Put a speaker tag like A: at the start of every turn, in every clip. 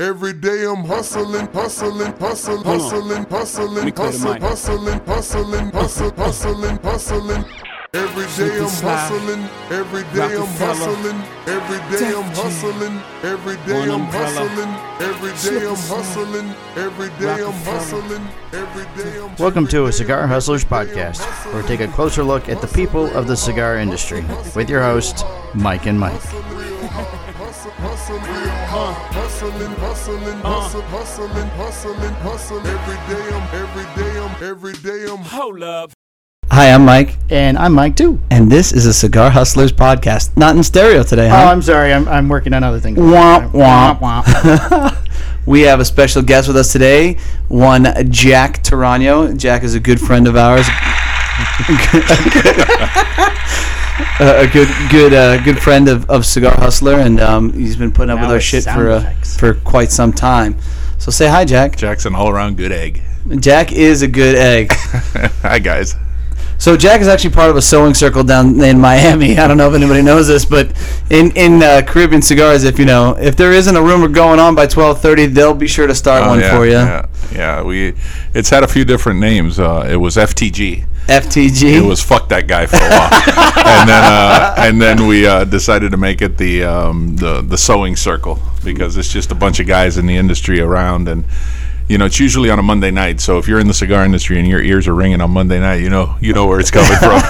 A: Every day I'm hustling, hustling, hustling,
B: Hold on.
A: hustling,
B: Let me
A: hustling,
B: clear the
A: hustling, hustling,
B: mic.
A: hustling, hustling, hustling, hustling. Every day
B: Super
A: I'm
B: Sly,
A: hustling, every day I'm
B: Rockefeller,
A: hustling, every day
B: Def
A: I'm
B: Jam,
A: hustling, every day
B: One
A: I'm
B: Umbrella,
A: hustling, every day
B: Super
A: I'm
B: Sly,
A: hustling, every day I'm
B: Rockefeller.
A: hustling, every day I'm.
C: Welcome to a Cigar Hustlers podcast, where we take a closer look at the people of the cigar industry with your hosts, Mike and Mike.
A: Hustling, hustling, hustling, hustling, hustling, hustling. Every day I'm, every day I'm, every day I'm.
B: Hold up.
D: Hi, I'm Mike,
C: And I'm Mike too.
D: and this is a Cigar Hustlers podcast. Not in stereo today,
C: Oh,
D: huh?
C: I'm sorry, I'm, I'm working on other things.
B: Uh,
D: Womp, womp.
C: womp.
D: we have a special guest with us today, one Jack Tarano. Jack is a good friend of ours. Uh, a good, good, uh, good friend of, of Cigar Hustler, and um, he's been putting up
C: Now
D: with
C: it
D: our shit for
C: sound
D: uh,
C: effects.
D: for quite some time. So say hi, Jack.
E: Jack's an all around good egg.
D: Jack is a good egg.
E: Hi, guys.
D: So Jack is actually part of a sewing circle down in Miami. I don't know if anybody knows this, but in in uh, Caribbean cigars, if you know, if there isn't a rumor going on by twelve thirty, they'll be sure to start
E: Oh,
D: one for you.
E: Yeah, yeah. We it's had a few different names. Uh, it was FTG.
D: FTG.
E: It was fuck that guy for a while, and then uh, and then we uh, decided to make it the um, the the sewing circle because it's just a bunch of guys in the industry around and. You know, it's usually on a Monday night. So if you're in the cigar industry and your ears are ringing on Monday night, you know you know where it's coming from.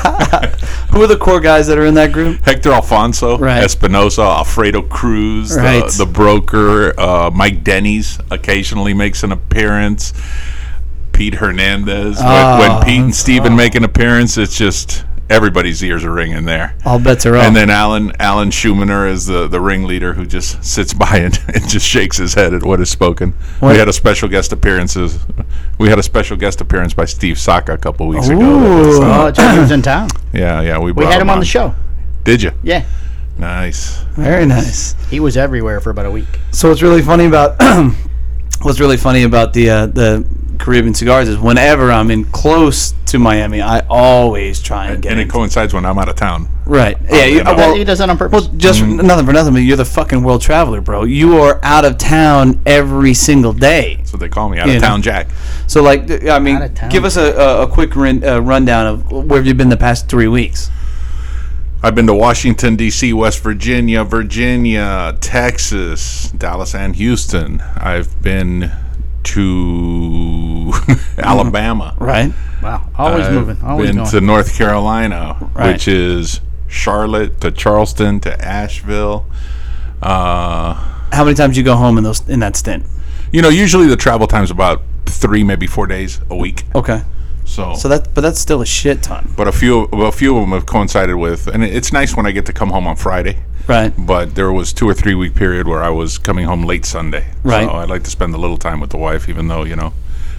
D: Who are the core guys that are in that group?
E: Hector Alfonso,
D: Right.
E: Espinosa, Alfredo Cruz,
D: Right.
E: the, the broker, uh, Mike Denny's occasionally makes an appearance. Pete Hernandez. When-
C: Ah.
E: when, Pete and Steven make an appearance, it's just everybody's ears are ringing there.
D: All bets
C: Ah.
D: are off.
E: And then Alan Alan Schumacher is the, the ringleader who just sits by and, and just shakes his head at what is spoken.
D: What-
E: We had a special guest appearances. We had a special guest appearance by Steve Saka a couple weeks ago. that was,
D: Ooh.
E: uh,
C: Oh, that's right, he was in town.
E: yeah, yeah, we,
C: We
E: brought
C: had him on the show.
E: Did you?
C: Yeah,
E: Nice.
D: Very nice.
C: he was everywhere for about a week.
D: So what's really funny about what's really funny about the uh, the Caribbean cigars is whenever I'm in close to Miami, I always try and,
E: and,
D: get
E: and it
D: in-
E: coincides when I'm out of town.
D: Right. Yeah. You,
E: you know.
D: well,
C: he does that on purpose.
D: Well, just nothing for nothing, but you're the fucking world traveler, bro. You are out of town every single day.
E: That's what they call me, out
D: You
E: of
D: know.
E: town Jack.
D: So, like, th- I
C: Out
D: mean,
C: of town.
D: give us a, a, a quick run, uh, rundown of where have you been the past three weeks?
E: I've been to Washington D.C., West Virginia, Virginia, Texas, Dallas, and Houston. I've been to Alabama.
D: Right.
C: Wow, always
E: I've
C: moving, always
E: been
C: going.
E: to North Carolina,
D: Right.
E: which is Charlotte to Charleston to Asheville. Uh,
D: How many times you go home in those in that stint?
E: you know, usually the travel time's about three, maybe four days a week.
D: Okay.
E: So,
D: So that, but that's still a shit ton.
E: but a few, well, a few of them have coincided with, and it- it's nice when I get to come home on Friday.
D: Right.
E: but there was two or three week period where I was coming home late Sunday.
D: Right.
E: So I like to spend a little time with the wife, even though you know,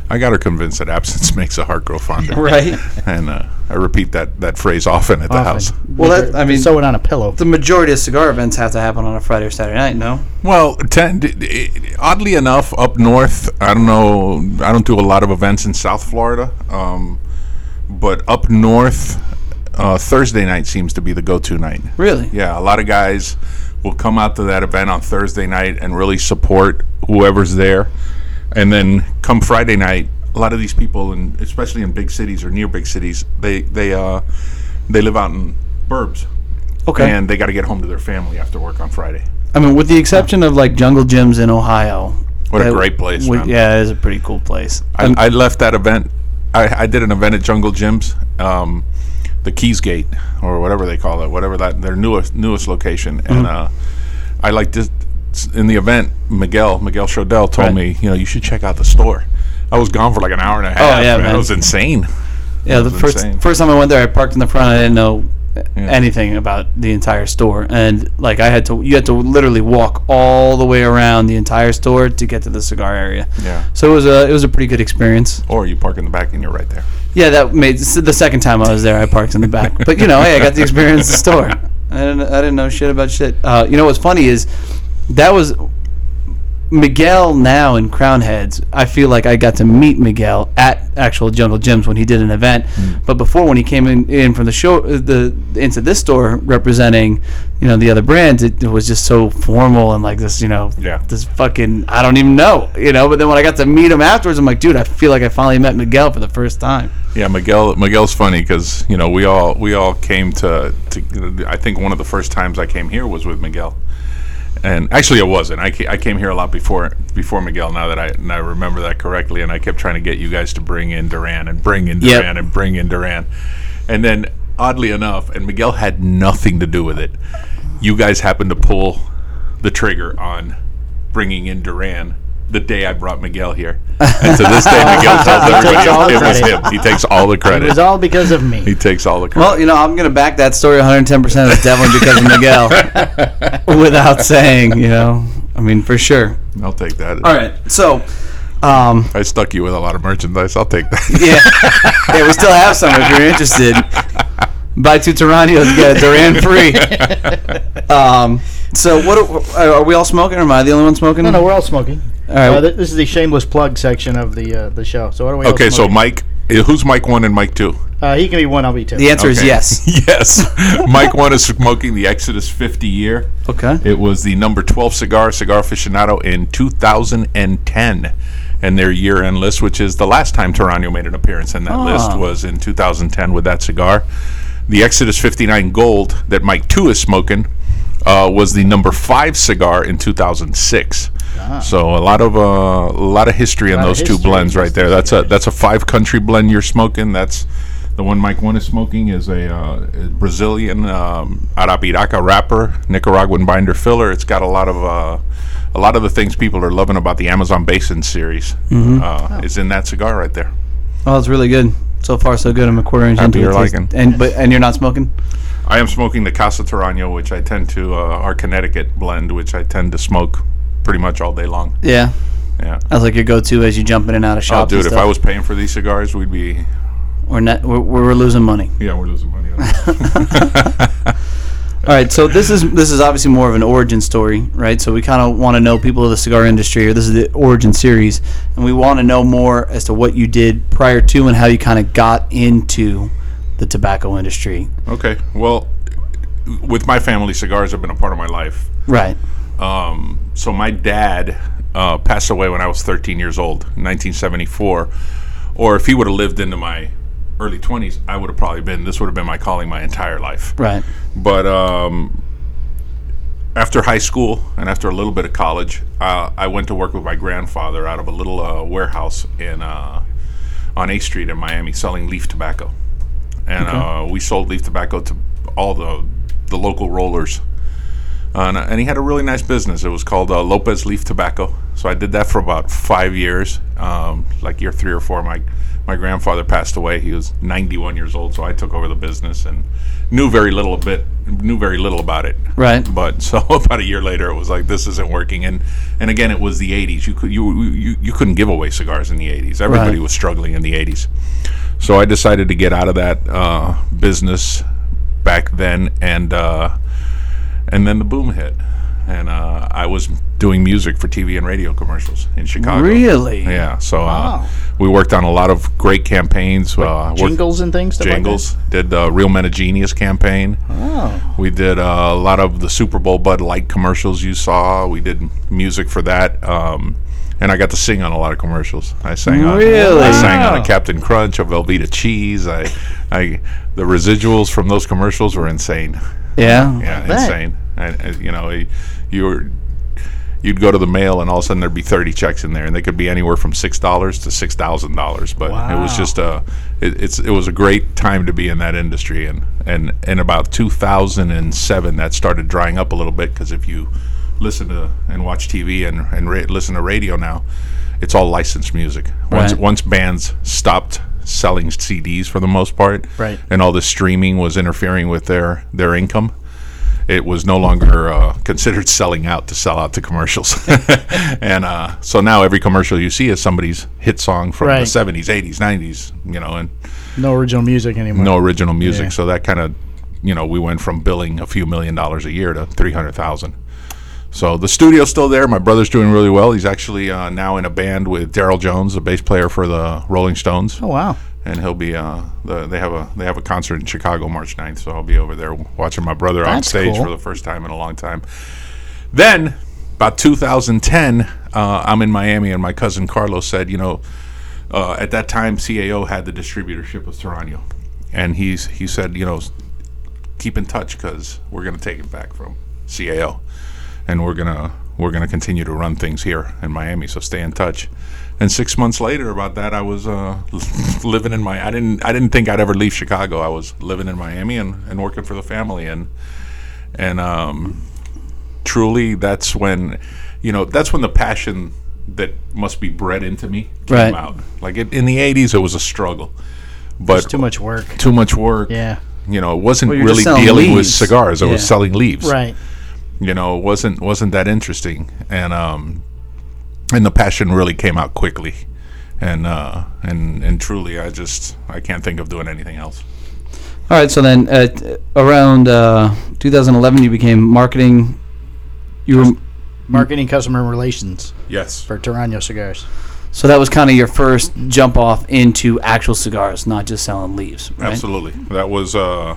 E: I got her convinced that absence makes a heart grow fonder.
D: Right.
E: And uh, I repeat that that phrase often at the house.
D: Well, that, I mean,
C: sew it on a pillow.
D: the majority of cigar events have to happen on a Friday or Saturday night. No.
E: Well, ten, d- d- oddly enough, up north, I don't know, I don't do a lot of events in South Florida, um, but up north, uh, Thursday night seems to be the go-to night.
D: Really.
E: Yeah, a lot of guys will come out to that event on Thursday night and really support whoever's there. And then come Friday night, a lot of these people, and especially in big cities or near big cities, they they uh, they live out in burbs,
D: Okay.
E: and they got to get home to their family after work on Friday.
D: I mean, with the exception of like Jungle Gyms in Ohio.
E: What a
D: that-
E: great place,
D: we-
E: man.
D: Yeah, it is a pretty cool place.
E: I, I left that event. I, I did an event at Jungle Gyms, um, the Keys Gate or whatever they call it, whatever that their newest newest location.
D: Mm-hmm.
E: And uh, I like this in the event. Miguel Miguel Chodell told
D: Right.
E: me, you know, you should check out the store. I was gone for like an hour and a half.
D: Oh, yeah,
E: man.
D: man.
E: It was insane.
D: Yeah, the
E: was
D: first
E: insane.
D: first time I went there, I parked in the front. I didn't know
E: Yeah.
D: anything about the entire store, and like I had to, you had to literally walk all the way around the entire store to get to the cigar area.
E: Yeah.
D: So it was a it was a pretty good experience.
E: Or you park in the back and you're right there.
D: Yeah, that made s- the second time I was there, I parked in the back. But you know, hey, I got to experience the store. I didn't I didn't know shit about shit. Uh, you know what's funny is that was Miguel now in Crown Heads, I feel like I got to meet Miguel at actual Jungle Gyms when he did an event. But before, when he came in, in from the show, uh, the into this store representing, you know, the other brands, it, it was just so formal and like this, you know,
E: Yeah.
D: this fucking I don't even know, you know. But then when I got to meet him afterwards, I'm like, dude, I feel like I finally met Miguel for the first time.
E: Yeah, Miguel. Miguel's funny because you know we all we all came to, to. I think one of the first times I came here was with Miguel, and actually it wasn't. I, ca- I came here a lot before before Miguel. Now that I and I remember that correctly, and I kept trying to get you guys to bring in Duran and bring in
D: Yep.
E: Duran and bring in Duran, and then oddly enough, and Miguel had nothing to do with it. You guys happened to pull the trigger on bringing in Duran. The day I brought Miguel here, and to this day, Miguel tells everybody
C: all the
E: it was
C: credit.
E: him. He takes all the
C: It
E: credit.
C: was all because of
E: he
C: me.
E: takes all the credit.
D: Well, you know, I'm gonna back that story 110 percent. It's definitely because of Miguel, without saying, you know. I mean, for sure.
E: I'll take that.
D: All right, so. Um,
E: I stuck you with a lot of merchandise. I'll take that.
D: Yeah. yeah, we still have some if you're interested. Buy two Teranios, get a Duran free. um, so what are, are we all smoking? Or am I the only one smoking?
B: No, no, we're all smoking.
D: all right.
B: Uh, th- this is the shameless plug section of the uh, the show. So what are we? all
E: okay, so
B: smoking?
E: Mike, who's Mike one and Mike two?
B: uh, he can be one. I'll be two.
D: the answer is
E: Okay.
D: yes.
E: Yes, Mike one is smoking the Exodus 50 year.
D: Okay.
E: It was the number 12 cigar, Cigar Aficionado, in 2010. And their year end list, which is the last time Tarano made an appearance in that list, was in 2010 with that cigar. The Exodus 59 Gold that Mike 2 is smoking uh, was the number 5 cigar in 2006. So a lot of uh, a lot of history in
B: Ah. lot of
E: those two
B: history
E: blends
B: in
E: right
B: those
E: there.
B: two
E: That's a that's a five country blend you're smoking. That's the one Mike One is smoking is a uh, Brazilian um, Arapiraca wrapper, Nicaraguan binder filler. It's got a lot of uh, a lot of the things people are loving about the Amazon Basin series
B: Mm-hmm.
E: uh,
B: Oh.
E: is in that cigar right there.
D: Oh, it's really good. So far, so good. I'm a quarter inch into
E: you're
D: it. Tastes-
E: liking.
D: And but and you're not smoking.
E: I am smoking the Casa Tarano, which I tend to uh, our Connecticut blend, which I tend to smoke pretty much all day long.
D: Yeah,
E: Yeah.
D: that's like your go-to as you jump in and out of
E: Oh,
D: shops.
E: dude,
D: and
E: if
D: stuff.
E: I was paying for these cigars, we'd be
D: we're, not, we're we're losing money.
E: yeah, we're losing money. On that.
D: All right, so this is this is obviously more of an origin story, right? So we kind of want to know people of the cigar industry, or this is the origin series, and we want to know more as to what you did prior to and how you kind of got into the tobacco industry,
E: okay. Well, with my family, cigars have been a part of my life.
D: right?
E: so my dad uh, passed away when I was 13 years old, 1974. Or if he would have lived into my early 20s, I would have probably been. This would have been my calling my entire life.
D: Right.
E: But um, after high school and after a little bit of college, uh, I went to work with my grandfather out of a little uh, warehouse in uh, on A Street in Miami, selling leaf tobacco. And uh, we sold leaf tobacco to all the the local rollers. Uh, and, and he had a really nice business. It was called uh, Lopez Leaf Tobacco. So I did that for about five years. Um, like year three or four, my my grandfather passed away. He was 91 years old, so I took over the business and knew very little a bit knew very little about it.
D: Right.
E: But so about a year later, it was like this isn't working. And and again, it was the 80s. You could you you, you couldn't give away cigars in the 80s. Everybody
D: Right.
E: was struggling in the 80s. So I decided to get out of that uh, business back then, and uh, and then the boom hit, and uh, I was doing music for TV and radio commercials in Chicago.
D: Really?
E: Yeah. So uh, we worked on a lot of great campaigns. uh, worked-
B: Jingles and things. stuff like that?
E: Jingles did the Real Men of Genius campaign.
B: Oh,
E: We did uh, a lot of the Super Bowl Bud Light commercials you saw. We did music for that, um, and I got to sing on a lot of commercials. I sang on,
D: Really?
E: I sang on
B: Wow.
E: a Captain Crunch, a Velveeta cheese. I, I, the residuals from those commercials were insane.
D: Yeah.
E: Yeah,
B: bet.
E: insane. And uh, you know, y- you were. You'd go to the mail, and all of a sudden there'd be thirty checks in there, and they could be anywhere from six dollars to six thousand dollars. But it was just a, it, it's it was a great time to be in that industry, and and in about two thousand and seven, that started drying up a little bit because if you listen to and watch TV and and ra- listen to radio now, it's all licensed music. Once
D: Right.
E: once bands stopped selling CDs for the most part,
B: Right.
E: and all this streaming was interfering with their their income it was no longer uh, considered selling out to sell out to commercials. and uh, so now every commercial you see is somebody's hit song from the
B: Right.
E: 70s, 80s, 90s, you know, and
B: no original music anymore.
E: no original music.
B: Yeah.
E: So that kind of, you know, we went from billing a few million dollars a year to 300,000. So the studio's still there. My brother's doing really well. He's actually uh, now in a band with Daryl Jones, the bass player for the Rolling Stones.
B: Oh wow.
E: And he'll be uh, the, they have a they have a concert in Chicago March 9th, so I'll be over there watching my brother on
B: That's
E: stage
B: cool.
E: for the first time in a long time. Then, about 2010, uh, I'm in Miami, and my cousin Carlos said, you know, uh, at that time CAO had the distributorship of Serrano, and he's he said, you know, keep in touch because we're gonna take it back from CAO, and we're gonna we're gonna continue to run things here in Miami. So stay in touch. And six months later, about that, I was uh, living in my. I didn't. I didn't think I'd ever leave Chicago. I was living in Miami and, and working for the family, and and um, truly, that's when, you know, that's when the passion that must be bred into me came
D: Right.
E: out. Like it, in the '80s, it was a struggle, but
B: It's too much work.
E: too much work.
B: Yeah.
E: You know, it wasn't
D: Well, you're just
E: really
D: selling
E: dealing with
D: leaves.
E: cigars. I was
D: Yeah.
E: selling leaves.
B: Right.
E: You know, it wasn't wasn't that interesting, and um, and the passion really came out quickly, and uh, and and truly, I just I can't think of doing anything else.
D: All right, so then uh, t- around uh, 2011, you became marketing. You were
B: Marketing customer relations
E: Yes.
B: for Tarano cigars.
D: so that was kind of your first jump off into actual cigars, not just selling leaves. Right?
E: Absolutely. That was uh,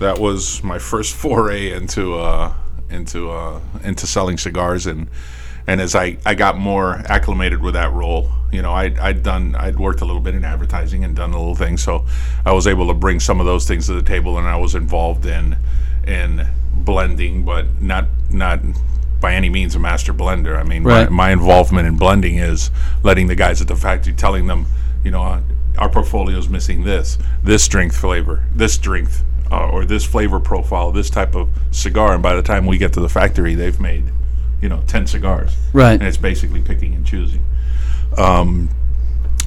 E: that was my first foray into uh, into uh, into selling cigars and and as I, I got more acclimated with that role, you know, I'd, I'd done I'd worked a little bit in advertising and done a little thing, so I was able to bring some of those things to the table, and I was involved in in blending, but not not by any means a master blender. I mean,
D: Right.
E: my, my involvement in blending is letting the guys at the factory telling them, you know, uh, our portfolio is missing this, this strength flavor, this strength, uh, or this flavor profile, this type of cigar. And by the time we get to the factory, they've made, you know, ten cigars.
D: Right.
E: And it's basically picking and choosing. Um,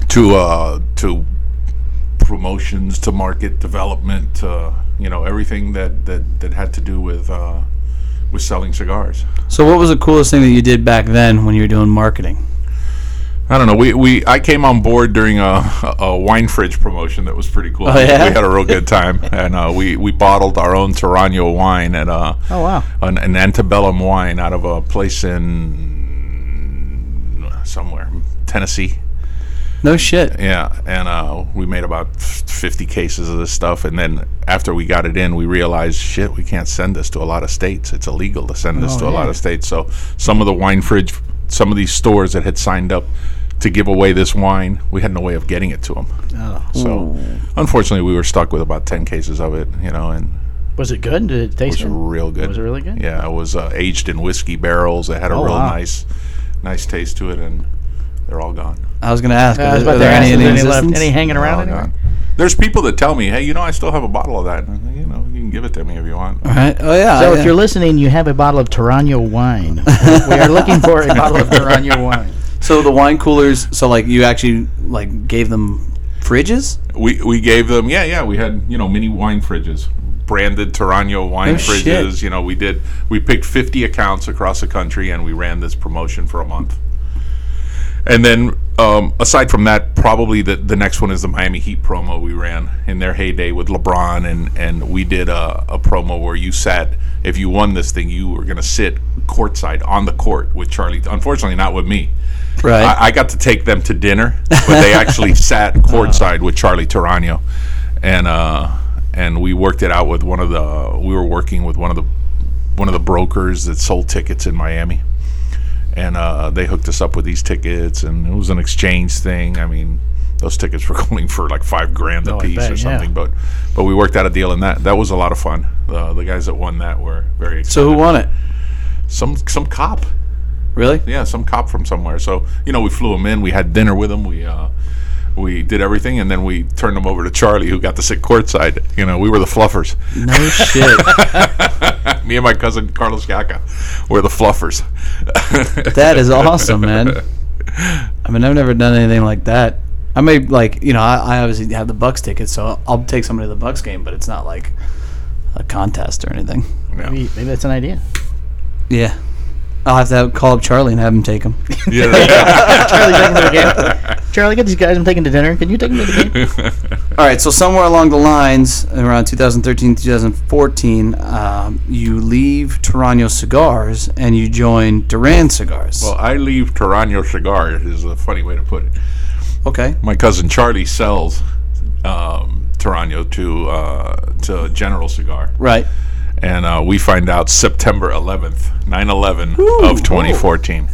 E: to uh, to promotions, to market development, to, you know, everything that that that had to do with uh, with selling cigars.
D: So what was the coolest thing that you did back then when you were doing marketing?
E: I don't know. We, we I came on board during a, a wine fridge promotion that was pretty cool.
D: Oh, yeah?
E: We had a real good time, and uh, we we bottled our own Tarano wine at uh
B: Oh wow.
E: an, an antebellum wine out of a place in somewhere Tennessee.
D: No shit.
E: Yeah, and uh, we made about f- 50 cases of this stuff, and then after we got it in, we realized shit, we can't send this to a lot of states. It's illegal to send
B: Oh,
E: this to a lot of states. So some of the wine fridge, some of these stores that had signed up to give away this wine, we had no way of getting it to them.
B: Oh.
E: So unfortunately, we were stuck with about 10 cases of it, you know, and
B: Was it good? Did it taste
E: it was
B: good?
E: real good.
B: Was it really good? Oh,
E: Yeah, it was uh, aged in whiskey barrels. It had a real
B: wow.
E: nice, nice taste to it, and they're all gone.
D: I was gonna ask.
B: Uh, I was
D: are-
B: about
D: are
B: to
D: there
B: ask,
D: any
B: is
D: in
B: there any left?
D: existence?
B: Any hanging
E: Oh,
B: around? anywhere?
E: God. There's people that tell me, hey, you know, I still have a bottle of that. And I'm like, you know, you can give it to me if you want.
D: All right. Oh yeah.
B: So
D: yeah.
B: if you're listening, you have a bottle of Tarano wine. we are looking for a bottle of Tarano wine.
D: so the wine coolers. So like you actually like gave them fridges.
E: We we gave them, yeah, yeah. We had you know mini wine fridges, branded Tarano wine
D: No
E: fridges.
D: shit.
E: You know, we did. We picked 50 accounts across the country, and we ran this promotion for a month. And then, um, aside from that, probably the, the next one is the Miami Heat promo we ran in their heyday with LeBron, and and we did a, a promo where you sat. If you won this thing, you were going to sit courtside on the court with Charlie. Unfortunately, not with me.
D: Right.
E: I, I got to take them to dinner, but they actually sat courtside
B: Oh.
E: with Charlie Tarano, and uh, and we worked it out with one of the. We were working with one of the one of the brokers that sold tickets in Miami, and uh, they hooked us up with these tickets, and it was an exchange thing. I mean, those tickets were going for like five grand a
B: I
E: piece
B: bet,
E: or
B: yeah.
E: something, but but we worked out a deal, and that that was a lot of fun. Uh, the guys that won that were very excited.
D: So who won it?
E: some some cop
D: Really?
E: yeah, some cop from somewhere. So you know, we flew him in. We had dinner with him. We uh, we did everything, and then we turned him over to Charlie, who got to sit courtside. You know, we were the fluffers.
D: No shit.
E: Me and my cousin Carlos Yaca were the fluffers.
D: That is awesome, man. I mean, I've never done anything like that. I may like you know I, I obviously have the Bucks ticket, so I'll take somebody to the Bucks game, but it's not like a contest or anything.
E: yeah.
B: Maybe, maybe that's an idea.
D: Yeah, I'll have to have, call up Charlie and have him take him.
E: Yeah.
B: Charlie, take 'em to the game. Charlie, get these guys. I'm taking to dinner. Can you take them to the game?
D: All right, so somewhere along the lines, around 2013, 2014, um, you leave Tarano Cigars and you join Duran Cigars.
E: Well, I leave Tarano Cigar is a funny way to put it.
D: okay.
E: My cousin Charlie sells um, Tarano to uh, to General Cigar,
D: Right.
E: and uh, we find out September 11th, 9/11 of 2014.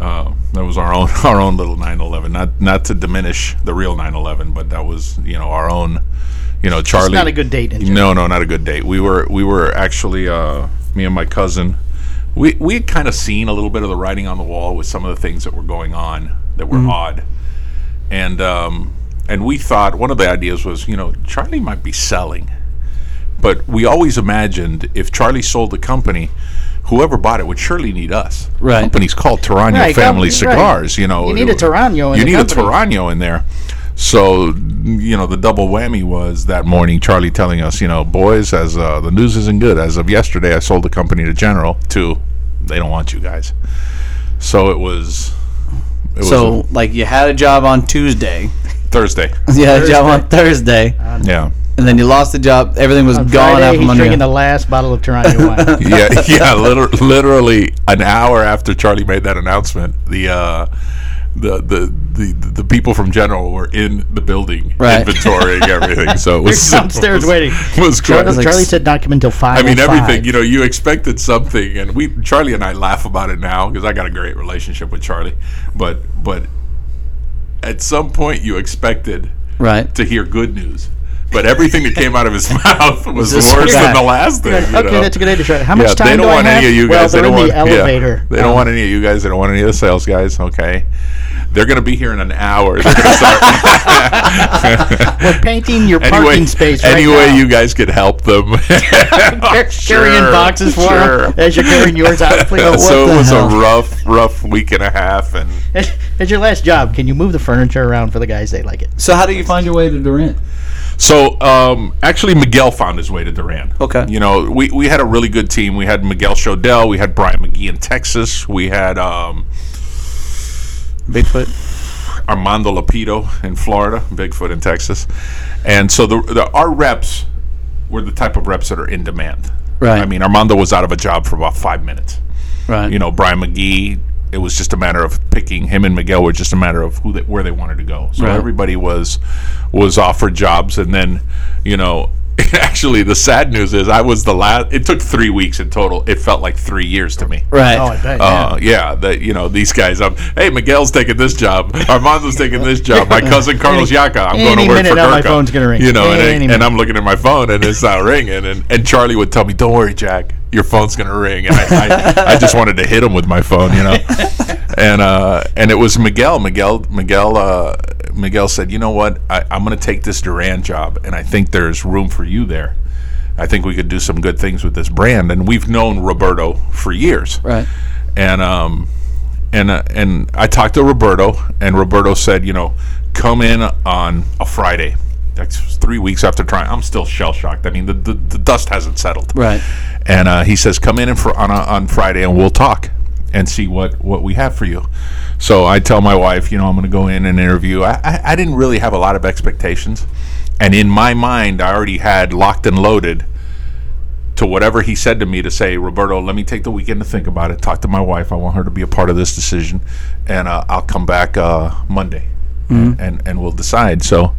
E: Uh, that was our own our own little 9/11. Not not to diminish the real 9/11, but that was you know our own. You know, Charlie.
B: not a good date in
E: No, no, not a good date. We were we were actually uh, me and my cousin. We we had kind of seen a little bit of the writing on the wall with some of the things that were going on that were
B: Mm-hmm.
E: odd, and um, and we thought one of the ideas was you know Charlie might be selling, but we always imagined if Charlie sold the company. Whoever bought it would surely need us.
D: Right.
E: Company's called Tarano
B: Right,
E: Family
B: company- right.
E: Cigars. You know,
B: You need a Tarano in
E: You
B: the
E: need
B: company.
E: a Tarano in there. So, you know, the double whammy was that morning Charlie telling us, you know, boys, as uh, the news isn't good. As of yesterday, I sold the company to General. To they don't want you guys. So it was. It
D: So,
E: was
D: like, you had a job on Tuesday,
E: a Thursday.
D: you had a job on Thursday,
E: yeah.
D: and then you lost the job. Everything was
B: On
D: gone
B: Friday,
D: after
B: he's
D: Monday.
B: drinking the last bottle of Toronto wine.
E: yeah, yeah. Liter- literally an hour after Charlie made that announcement, the uh, the, the the the people from General were in the building,
D: Right.
E: inventorying everything. So it was
B: downstairs
E: was-
B: waiting.
E: Was quite,
D: like
B: Charlie
D: s-
B: said not come until five.
E: I mean,
B: oh five.
E: everything. You know, you expected something, and we Charlie and I laugh about it now because I got a great relationship with Charlie, but but at some point you expected
D: right.
E: to hear good news. But everything that came out of his mouth was
D: Just
E: worse
B: that.
E: than the last thing. you
B: Okay,
E: know?
B: that's a good idea. Charlie. How much
E: yeah,
B: time
E: they don't
B: do
E: want
B: I have?
E: any of you
B: well,
E: guys.
B: they're
E: they don't
B: in the
E: want, yeah.
B: elevator. Um,
E: they don't want any of you guys. They don't want any of the sales guys. Okay, they're going to be here in an hour. They're gonna start-
B: We're painting your parking
E: anyway,
B: space right
E: any
B: now.
E: way you guys could help them.
B: carrying
E: Sure,
B: boxes for 'em
E: sure.
B: as you're carrying yours out. Please.
E: Yeah,
B: What
E: so
B: the
E: it was
B: hell?
E: a rough, rough week and a half, and
B: As, as your last job, can you move the furniture around for the guys? They like it.
D: So, how do you find your way to Durant?
E: so um, actually Miguel found his way to Duran.
D: Okay.
E: you know we, we had a really good team. We had Miguel Shodell, we had Brian McGee in Texas, we had um,
D: Bigfoot.
E: Armando Lapido in Florida, Bigfoot in Texas, and so the, the our reps were the type of reps that are in demand.
D: Right.
E: I mean, Armando was out of a job for about five minutes.
D: Right.
E: you know Brian McGee. It was just a matter of picking him and Miguel were just a matter of who they, where they wanted to go. So
D: Right.
E: everybody was was offered jobs, and then you know. Actually, the sad news is I was the last. It took three weeks in total. It felt like three years to me.
D: Right.
B: Oh, I bet.
E: Uh, yeah, that you know these guys. I'm hey Miguel's taking this job, Armando's taking this job. My cousin Carlos Yaca, I'm going
B: any
E: to work
B: minute
E: for
B: now my
E: Gurkha.
B: phone's gonna ring.
E: You know, and,
B: Any
E: I-
B: minute.
E: and I'm looking at my phone and it's not ringing. And, and Charlie would tell me, "Don't worry, Jack, your phone's gonna ring." And I, I, I just wanted to hit him with my phone, you know. and uh, and it was Miguel. Miguel Miguel uh, Miguel said, "You know what? I, I'm going to take this Duran job, and I think there's room for you there." I think we could do some good things with this brand, and we've known Roberto for years
D: Right.
E: and um and uh, and I talked to Roberto, and Roberto said, you know, come in on a Friday. That's three weeks after trying. I'm still shell shocked. I mean, the, the, the dust hasn't settled.
D: Right.
E: And uh, he says, come in and for, on, a, on Friday, and we'll talk and see what what we have for you. So I tell my wife, you know, I'm going to go in and interview. I, I I didn't really have a lot of expectations, and in my mind, I already had locked and loaded to whatever he said to me to say, Roberto, let me take the weekend to think about it. Talk to my wife. I want her to be a part of this decision, and uh, I'll come back uh, Monday, and, and and we'll decide. So,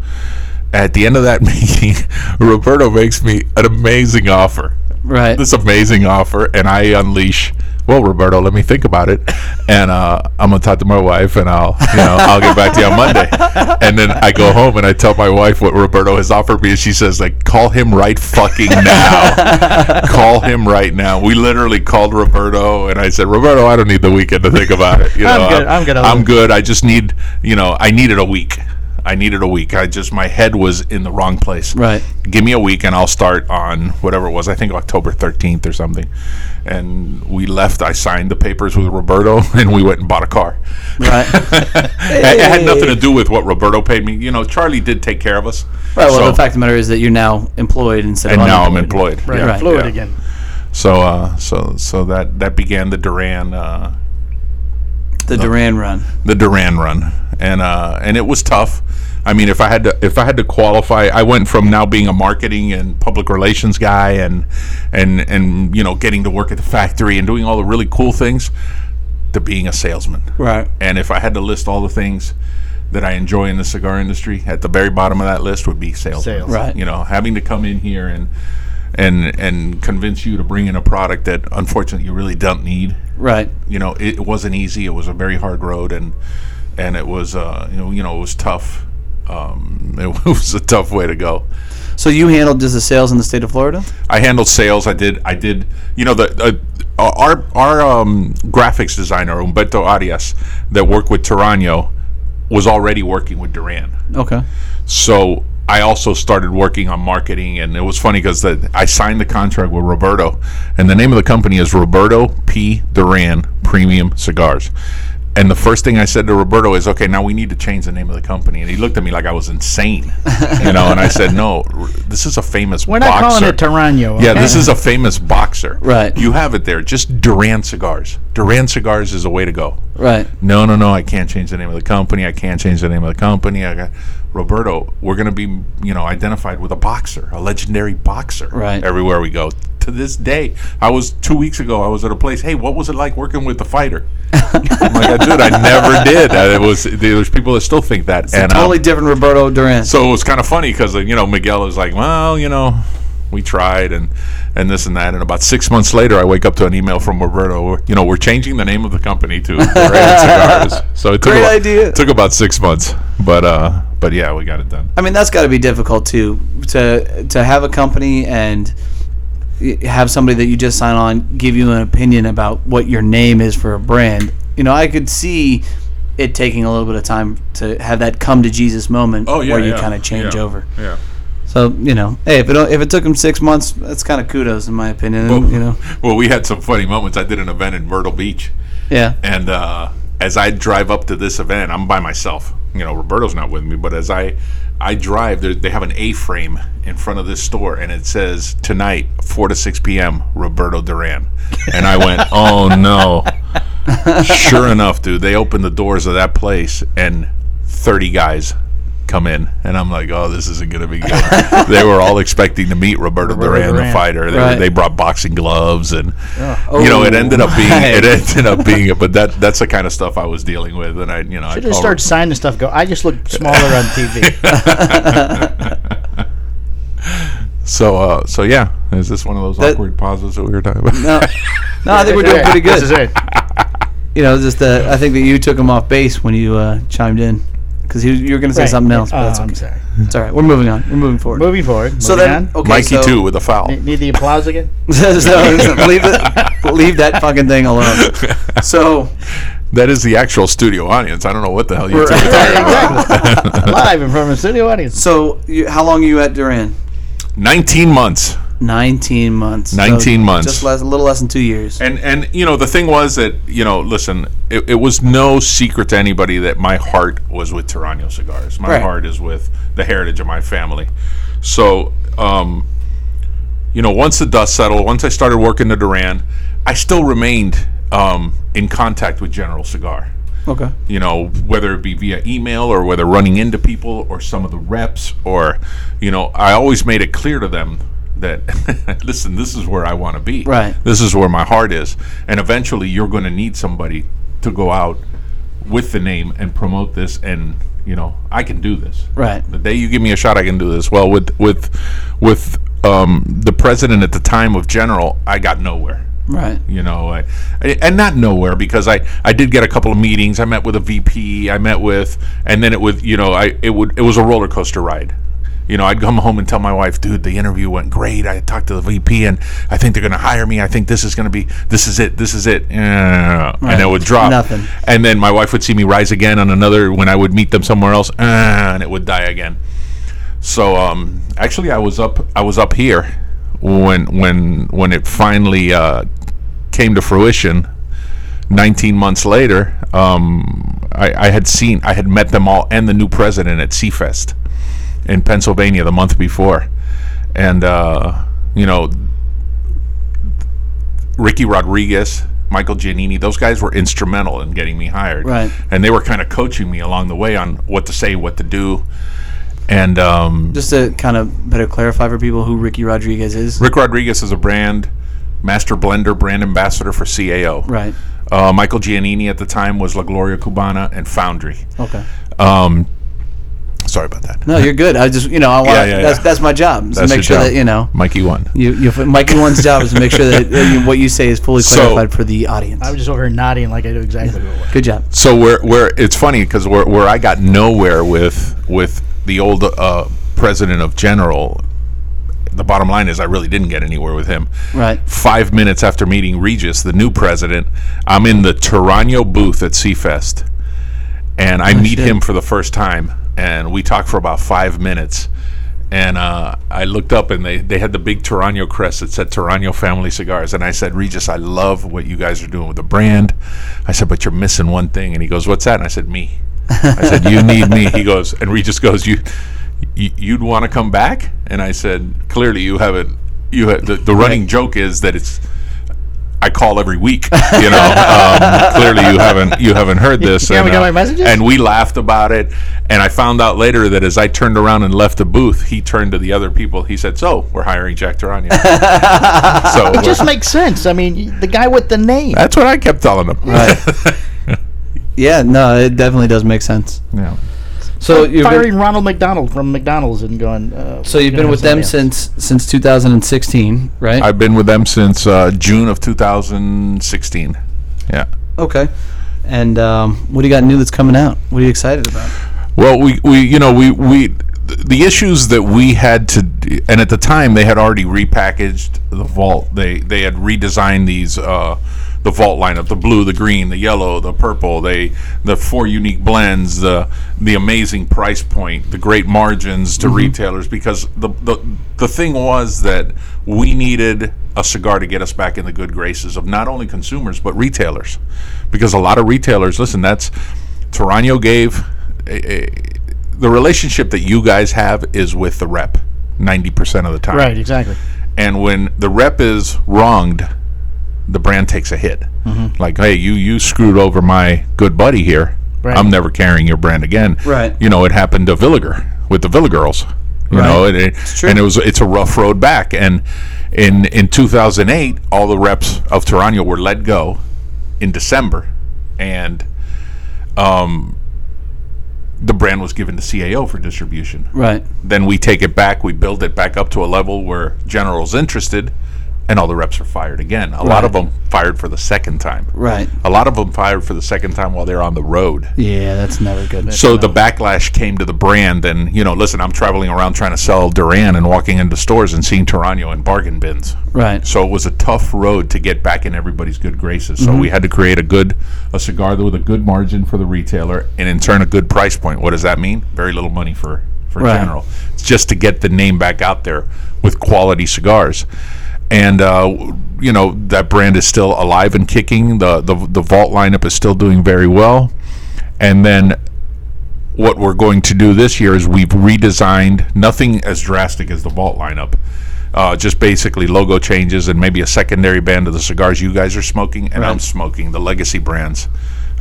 E: at the end of that meeting, Roberto makes me an amazing offer.
D: Right.
E: This amazing offer, and I unleash. Well, Roberto, let me think about it, and uh, I'm gonna talk to my wife, and I'll, you know, I'll get back to you on Monday. And then I go home and I tell my wife what Roberto has offered me, and she says, like, call him right fucking now call him right now. We literally called Roberto, and I said, Roberto, I don't need the weekend to think about it. You know,
B: I'm good. I'm good.
E: I'm good. I just need, you know, I needed a week. I needed a week. I just my head was in the wrong place.
D: Right.
E: Give me a week, and I'll start on whatever it was. I think October 13th or something. And we left. I signed the papers with Roberto, and we went and bought a car.
D: Right.
E: It- It had nothing to do with what Roberto paid me. You know, Charlie did take care of us.
D: Right. Well,
E: So-
D: the fact of the matter is that you're now employed instead
E: and
D: of
E: now I'm
D: unemployed.
E: employed.
B: Right,
E: Yeah,
D: Right.
B: fluid
E: yeah.
B: again.
E: So, uh, so, so that that began the Duran uh,
D: the Duran run.
E: the Duran run, and uh, and it was tough. I mean, if I had to if I had to qualify, I went from now being a marketing and public relations guy, and and and you know getting to work at the factory and doing all the really cool things, to being a salesman.
D: Right.
E: And if I had to list all the things that I enjoy in the cigar industry, at the very bottom of that list would be sales.
C: Sales.
D: Right.
E: You know, having to come in here and and and convince you to bring in a product that unfortunately you really don't need
D: Right.
E: you know it wasn't easy it was a very hard road and and it was uh you know, you know it was tough um it was a tough way to go
D: So you handled just the sales in the state of Florida?
E: i handled sales i did i did you know the uh, our our um graphics designer umberto arias that worked with Tarano was already working with duran
D: Okay.
E: so I also started working on marketing, and it was funny because I signed the contract with Roberto, and the name of the company is Roberto P. Duran Premium Cigars. And the first thing I said to Roberto is, "Okay, now we need to change the name of the company." And he looked at me like I was insane, you know. And I said, "No, r- this is a famous
B: We're not
E: boxer.
B: calling it Tarano.
E: Yeah,
B: okay?
E: this is a famous boxer.
D: Right.
E: You have it there. Just Duran cigars. Duran cigars is a way to go
D: Right.
E: no, no, no, I can't change the name of the company. I can't change the name of the company. I got Roberto. We're gonna be, you know, identified with a boxer, a legendary boxer,
D: Right.
E: Everywhere we go. To this day, I was two weeks ago. I was at a place. Hey, what was it like working with the fighter? I'm like, dude, I never did. I, it was. There's people that still think that. and um,
D: totally different Roberto Duran.
E: so it was kind of funny because you know Miguel was like, well, you know, we tried and and this and that. And about six months later, I wake up to an email from Roberto. You know, we're changing the name of the company to Duran Cigars. So it took
D: Great
E: about,
D: idea.
E: Took about six months, but uh, but yeah, we got it done.
D: I mean, that's got to be difficult too to to have a company and y- have somebody that you just sign on give you an opinion about what your name is for a brand. You know, I could see it taking a little bit of time to have that come to Jesus moment where you kind of change over.
E: Oh, Yeah.
D: So you know, hey, if it don't- if it took him six months, that's kind of kudos in my opinion. you know,
E: Well, we had some funny moments. I did an event in Myrtle Beach.
D: yeah,
E: And uh, as I drive up to this event, I'm by myself. You know, Roberto's not with me, but as I I drive, there- they have an A-frame in front of this store, and it says tonight, four to six p.m. Roberto Duran, and I went, oh no. Sure enough, dude, they opened the doors of that place, and thirty guys come in, and I'm like, oh, this isn't gonna be good. they were all expecting to meet Roberto, Duran, the
B: Duran.
E: fighter. They,
D: Right.
E: they brought boxing gloves, and you know, it
D: Oh,
E: ended up being it
D: right.
E: ended up being it, but that that's the kind of stuff I was dealing with, and I, you know, I
B: Should just
E: called-
B: start signing stuff. Go. I just look smaller on TV.
E: So, uh, so yeah, is this one of those
D: That-
E: awkward pauses that we were talking about?
D: no, no, I think we're doing pretty good.
B: This is it.
D: You know, just uh, I think that you took him off base when you uh, chimed in because you were going to say
B: Right.
D: something else. But
B: Oh,
D: that's okay.
B: I'm sorry.
D: It's all right. We're moving on. We're moving forward.
B: Moving forward.
D: so
B: moving
D: then,
B: on.
D: okay,
E: Mikey
D: so,
E: too with a foul.
B: Ne- Need the applause again?
D: so, so leave, the, leave that fucking thing alone. So
E: that is the actual studio audience. I don't know what the hell you.
B: Right,
E: Two
B: exactly. Live in front of the studio audience.
D: so you, how long are you at Duran?
E: Nineteen months.
D: Nineteen months. So
E: 19 months.
D: Just less, a little less than two years.
E: And and you know the thing was that you know listen it, it was no secret to anybody that my heart was with Tarano cigars. My
D: Right.
E: heart is with the heritage of my family. So um, you know once the dust settled, once I started working the Duran, I still remained um, in contact with General Cigar
D: Okay.
E: you know, whether it be via email or whether running into people or some of the reps or, you know, I always made it clear to them that, listen, this is where I want to be.
D: Right.
E: This is where my heart is. And eventually you're going to need somebody to go out with the name and promote this and, you know, I can do this.
D: Right.
E: The day you give me a shot, I can do this. Well, with, with, with, um, the president at the time of general, I got nowhere
D: Right.
E: you know I, I- and not nowhere because I, I did get a couple of meetings i met with a vp i met with and then it was you know i it would it was a roller coaster ride you know i'd come home and tell my wife dude the interview went great i talked to the vp and i think they're going to hire me i think this is going to be this is it this is it Uh, and it would drop
D: Nothing.
E: and then my wife would see me rise again on another when i would meet them somewhere else uh, and it would die again so um, actually, I was up. I was up here when when when it finally uh, came to fruition. Nineteen months later, um, I, I had seen, I had met them all and the new president at Seafest in Pennsylvania the month before, and uh, you know, Ricky Rodriguez, Michael Giannini, those guys were instrumental in getting me hired.
D: Right.
E: And they were kind of coaching me along the way on what to say, what to do. And um,
D: Just to kind of better clarify for people who Ricky Rodriguez is.
E: Rick Rodriguez is a brand master blender, brand ambassador for CAO.
D: Right.
E: Uh, Michael Giannini at the time was La Gloria Cubana and Foundry.
D: Okay.
E: Um, sorry about that.
D: No, you're good. I just you know I want
E: Yeah, yeah,
D: that's
E: yeah.
D: that's my job. is to
E: That's
D: make
E: your
D: sure
E: job.
D: that you know
E: Mikey won.
D: you you Mike and one's job is to make sure that uh, you- what you say is fully
E: So-
D: clarified for the audience.
B: I was just over here nodding like I knew exactly what it was.
D: good job.
E: So where where it's funny because where where I got nowhere with with the old uh, president of General, the bottom line is I really didn't get anywhere with him.
D: Right.
E: Five minutes after meeting Regis, the new president, I'm in the Tarano booth at Seafest, and I meet
D: shit.
E: him for the first time, and we talk for about five minutes. And uh, I looked up, and they, they had the big Tarano crest that said Tarano Family Cigars. And I said, Regis, I love what you guys are doing with the brand. I said, but you're missing one thing. And he goes, What's that? And I said, Me. I said, You need me. He goes, and Regis goes, You you- you'd want to come back? And I said, Clearly, you haven't. You ha- the, the running joke is that it's I call every week. You know, um, clearly you haven't you haven't heard this.
B: You haven't
E: and, uh,
B: got my messages?
E: And we laughed about it. And I found out later that as I turned around and left the booth, he turned to the other people. He said, "So we're hiring Jack Duranio." so
B: It just
E: we're-
B: makes sense. I mean, the guy with the name.
E: that's what I kept telling them.
D: Right. yeah. No, it definitely does make sense.
E: Yeah.
D: So you've
B: Firing
D: been,
B: Ronald McDonald from McDonald's and going. Uh,
D: so you've been with them since since 2016, right?
E: I've been with them since uh, June of 2016. Yeah.
D: okay. And um, what do you got new that's coming out? What are you excited about?
E: Well, we, we you know we we th- the issues that we had to d- and at the time they had already repackaged the vault. They they had redesigned these uh, the vault lineup: the blue, the green, the yellow, the purple. They the four unique blends, the the amazing price point, the great margins to retailers. Because the, the the thing was that we needed a cigar to get us back in the good graces of not only consumers but retailers, because a lot of retailers listen. That's Tarano gave a- a- the relationship that you guys have is with the rep 90% of the time.
B: Right, exactly.
E: And when the rep is wronged, the brand takes a hit. Like, hey, you you screwed over my good buddy here.
B: Right.
E: I'm never carrying your brand again.
D: Right.
E: You know, it happened to Villiger with the Villigirls. You know, and it,
D: true.
E: and it was it's a rough road back. And in in 2008, all the reps of Tarano were let go in December, and um, the brand was given to CAO for distribution
D: Right.
E: then we take it back, we build it back up to a level where general's interested, and all the reps are fired again. A lot of them fired for the second time.
D: Right.
E: A lot of them fired for the second time while they're on the road.
D: Yeah, that's never good.
E: So the backlash came to the brand, and you know, listen, I'm traveling around trying to sell Duran and walking into stores and seeing Tarano in bargain bins.
D: Right.
E: So it was a tough road to get back in everybody's good graces. So
D: Mm-hmm.
E: we had to create a good a cigar with a good margin for the retailer and in turn a good price point. What does that mean? Very little money for for
D: Right.
E: general. It's just to get the name back out there with quality cigars. And uh, w- you know that brand is still alive and kicking. The, the the vault lineup is still doing very well. And then what we're going to do this year is we've redesigned nothing as drastic as the vault lineup. Uh, just basically logo changes and maybe a secondary band of the cigars you guys are smoking and I'm smoking the legacy brands.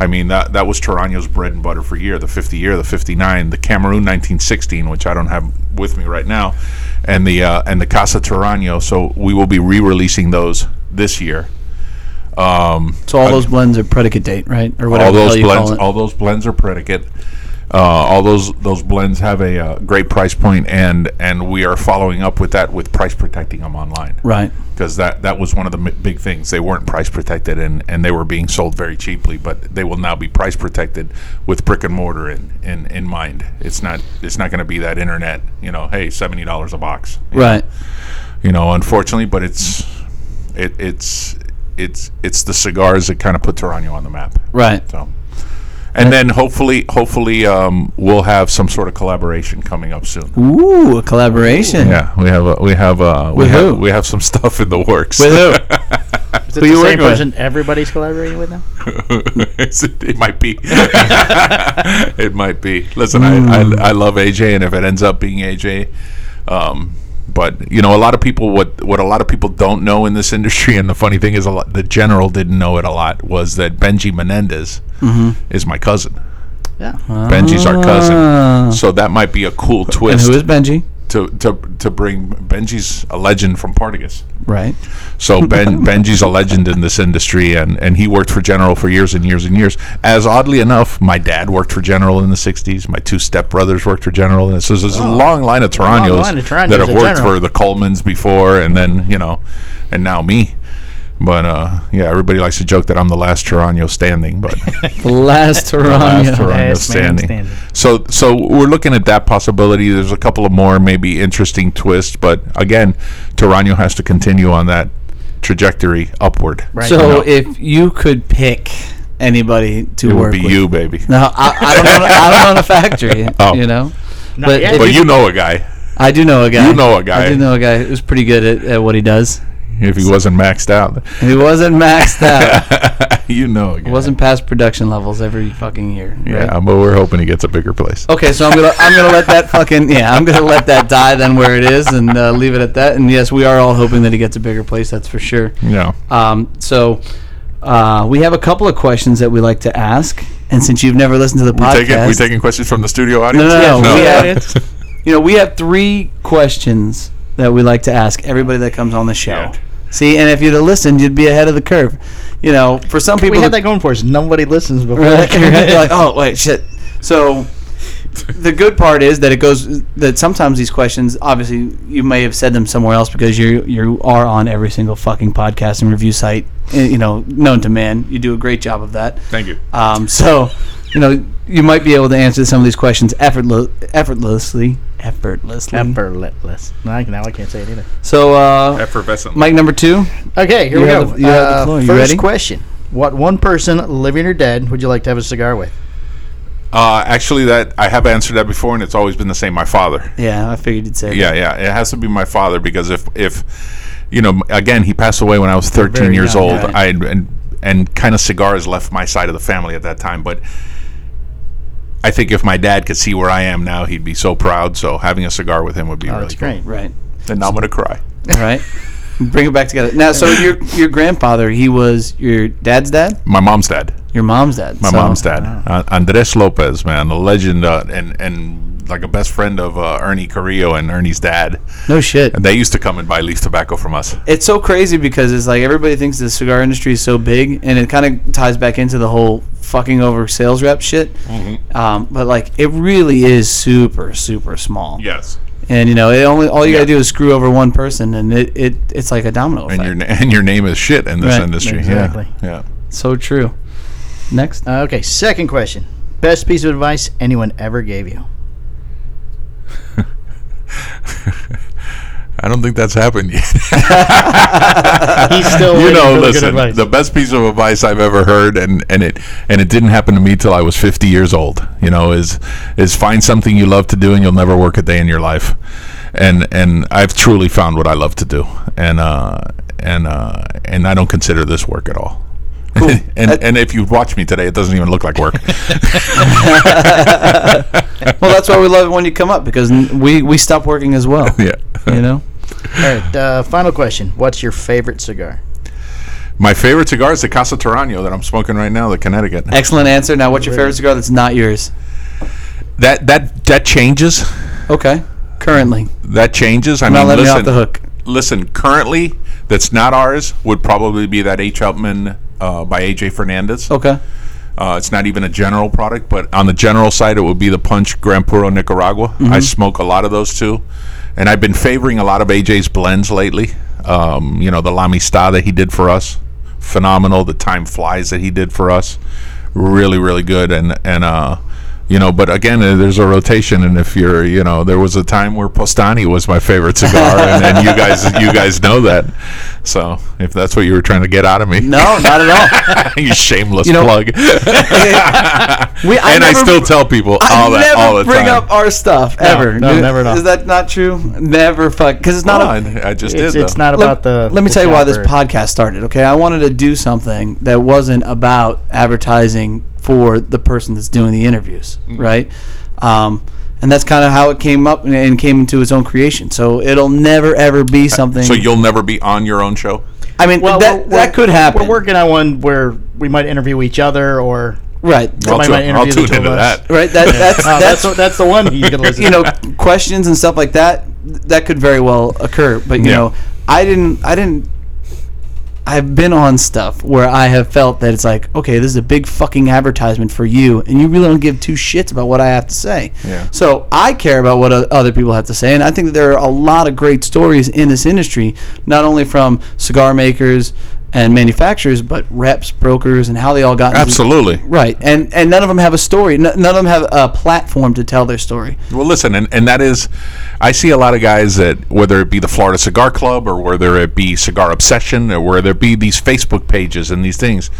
E: I mean that that was Tarano's bread and butter for year the 50 year the 59 the Cameroon 1916 which I don't have with me right now and the uh, and the Casa Tarano so we will be re-releasing those this year.
D: So all those blends are predicate date, right? Or whatever
E: all
D: the hell
E: those
D: you
E: blends
D: call it.
E: all those blends are predicate uh, all those those blends have a uh, great price point and and we are following up with that with price protecting them online
D: right.
E: because that that was one of the m- big things they weren't price protected and and they were being sold very cheaply but they will now be price protected with brick and mortar in in, in mind it's not it's not going to be that internet you know hey $70 a box
D: Right.
E: you know, unfortunately, but it's it, it's it's it's the cigars that kind of put Tarano on the map.
D: Right.
E: So, and then hopefully, hopefully, um, we'll have some sort of collaboration coming up soon.
D: Ooh, a collaboration.
E: Yeah, we have a, we have a, we
D: With who?
E: have we have some stuff in the works.
D: With who?
B: Is it the
D: you working
B: same
D: with?
B: person everybody's collaborating
D: Uh,
B: with now?
E: it might be.
D: Hmm.
E: it might be. Listen, I, I I love AJ, and if it ends up being AJ, um, But you know, a lot of people what what a lot of people don't know in this industry, and the funny thing is, a lot the general didn't know it a lot was that Benji Menendez
D: Mm-hmm.
E: is my cousin.
B: Yeah.
E: Benji's our cousin, so that might be a cool
D: Ah. And
E: twist
D: who is Benji?
E: to to to bring Benji's a legend from Partagas.
D: Right.
E: So Ben Benji's a legend in this industry, and, and he worked for General for years and years and years. As oddly enough, my dad worked for General in the '60s. My two stepbrothers worked for General, and so there's a long line of Taranos
B: Oh. line of Taranos
E: that have
B: at
E: worked
B: General.
E: for the Colemans before, and then you know, and now me. But uh, yeah, everybody likes to joke that I'm the last Tarano standing, but
D: The last
E: last
D: Tarania.
E: Toronto
B: Last man
E: standing.
B: standing.
E: So, so we're looking at that possibility. There's a couple of more maybe interesting twists, but again, Toronto has to continue on that trajectory upward. Right.
D: So if you could pick anybody to
E: It
D: work
E: would be
D: with,
E: you, baby.
D: No, I, I don't own, I don't own a factory.
E: Oh.
D: You know,
B: Not
D: but
B: yet.
D: if
E: But
D: you-
E: you know a guy.
D: I do know a guy.
E: You know a guy.
D: I do know a guy who's pretty good at, at what he does.
E: If he wasn't maxed out,
D: He wasn't maxed out.
E: you know a guy.
D: wasn't past production levels every fucking year.
E: Yeah,
D: right? Oh.
E: but we're hoping he gets a bigger place.
D: Okay, so I'm gonna I'm gonna let that fucking yeah I'm gonna let that die then where it is and uh, leave it at that. And yes, we are all hoping that he gets a bigger place. That's for sure.
E: Yeah.
D: Um, so uh, we have a couple of questions that we like to ask, and since you've never listened to the
E: We
D: podcast,
E: taking we taking questions from the studio audience.
D: no, no,
B: we
D: Yeah.
B: had it.
D: you know we have three questions that we like to ask everybody that comes on the show.
E: Yeah.
D: See, and if you'd have listened, you'd be ahead of the curve. You know, for some people,
B: We had
D: the-
B: that going for us. Nobody listens before.
D: Right? You're like, oh wait, shit. So the good part is that it goes that sometimes these questions, obviously, you may have said them somewhere else because you you are on every single fucking podcast and review site, eh, you know, known to man. You do a great job of that.
E: Thank you.
D: Um, so you know you might be able to answer some of these questions effortless, effortlessly, effortlessly.
B: Effortless. No, I- now I can't say it either.
D: so uh,
E: Effervescent.
D: Mike number two.
B: Okay, here
D: You
B: we
D: have
B: go. Uh,
D: the- you have the floor. You
B: first
D: ready?
B: question: What one person, living or dead, would you like to have a cigar with?
E: Uh, actually, that I have answered that before, and it's always been the same. My father.
D: Yeah, I figured you'd say.
E: Yeah, yeah. It has to be my father because if if you know, again, he passed away when I was 13
B: Very
E: years
B: young,
E: old.
D: right.
E: I and and kind of cigars left my side of the family at that time, but I think if my dad could see where I am now, he'd be so proud. So having a cigar with him would be really
B: Oh, that's
E: cool.
B: great.
D: That. Right.
E: And now I'm gonna cry.
D: All right. Bring it back together. Now, so your your grandfather, he was your dad's dad,
E: My mom's dad.
D: your mom's dad.
E: My mom's dad,
B: oh.
E: uh, Andres Lopez, man, a legend, uh, and and like a best friend of uh, Ernie Carrillo and Ernie's dad.
D: No shit.
E: And they used to come and buy leaf tobacco from us.
D: It's so crazy because it's like everybody thinks the cigar industry is so big, and it kind of ties back into the whole fucking over sales rep shit.
E: Mm-hmm.
D: Um, but like, it really is super super small.
E: Yes.
D: And you know, it only all you
E: Yeah.
D: gotta do is screw over one person, and it, it it's like a domino
E: And
D: effect.
E: your na- and your name is shit in this
D: Right.
E: industry.
B: Exactly.
E: Yeah. yeah.
D: so true. Next.
B: Okay, second question: Best piece of advice anyone ever gave you?
E: I don't think that's happened yet.
B: He's still
D: Oh,
E: you
B: waiting
E: know,
B: for the good
E: listen,
B: advice.
E: the best piece of advice I've ever heard, and, and it and it didn't happen to me till I was 50 years old. You know, is is find something you love to do, and you'll never work a day in your life. And and I've truly found what I love to do, and uh, and uh, and I don't consider this work at all. and and if you watch me today, it doesn't even look like work.
D: Well, that's why we love it when you come up because n- we we stop working as well.
E: yeah.
D: You know.
B: All right, uh, final question: What's your favorite cigar?
E: My favorite cigar is the Casa Tarano that I'm smoking right now, the Connecticut.
D: Excellent answer. Now, what's your favorite cigar that's not yours?
E: That that that changes.
D: Okay. Currently.
E: That changes. I
D: Not
E: mean,
D: letting me
E: listen,
D: off the hook.
E: listen, currently, that's not ours would probably be that H. Upman uh, by AJ Fernandez.
D: Okay.
E: Uh, it's not even a general product, but on the general side, it would be the Punch Gran Puro Nicaragua.
D: Mm-hmm.
E: I smoke a lot of those too, and I've been favoring a lot of AJ's blends lately. Um, you know, the La Amistad that he did for us, phenomenal. The Time Flies that he did for us, really, really good. And and uh, you know, but again, uh, there's a rotation, and if you're, you know, there was a time where Postani was my favorite cigar, and, and you guys, you guys know that. So if that's what you were trying to get out of me,
D: No, not at
E: you shameless
D: You know,
E: plug.
D: all. We,
E: and I
D: never-
E: still tell people
D: I
E: all that
D: never
E: all the
D: bring
E: time.
D: up our stuff ever.
B: no,
D: Dude,
B: never at all.
D: Is that not true? Never fuck. Because it's not.
E: Oh,
D: a,
E: I- I just
B: It's,
E: did.
B: it's
E: though.
B: not about the.
D: Let me
B: the
D: tell you why this
B: shopper.
D: podcast started. Okay, I wanted to do something that wasn't about advertising for the person that's doing the interviews,
E: Mm-hmm.
D: right? Um, and that's kind of how it came up and- and came into its own creation. So it'll never ever be something.
E: Uh, So you'll never be on your own show.
D: I mean, that
B: we're-
D: that could happen.
B: We're working on one where we might interview each other, or
D: right,
E: I'll,
B: Somebody
E: tu-
B: might
E: I'll
B: interview the
E: tune
B: two of
E: into
B: us.
E: that.
D: right. That, that's
B: Oh, that's
D: that's
B: the- that's the one you can listen.
D: you know
B: to.
D: questions and stuff like that that could very well occur but you
E: Yeah.
D: know i didn't i didn't i've been on stuff where i have felt that it's like okay this is a big fucking advertisement for you and you really don't give two shits about what i have to say
E: Yeah.
D: so i care about what o- other people have to say and i think that there are a lot of great stories in this industry not only from cigar makers and manufacturers but reps brokers and how they all got into-
E: Absolutely.
D: right and and none of them have a story N- none of them have a platform to tell their story
E: Well, listen, and, and that is, I see a lot of guys that, whether it be the Florida Cigar Club or whether it be Cigar Obsession or whether it be these Facebook pages and these things,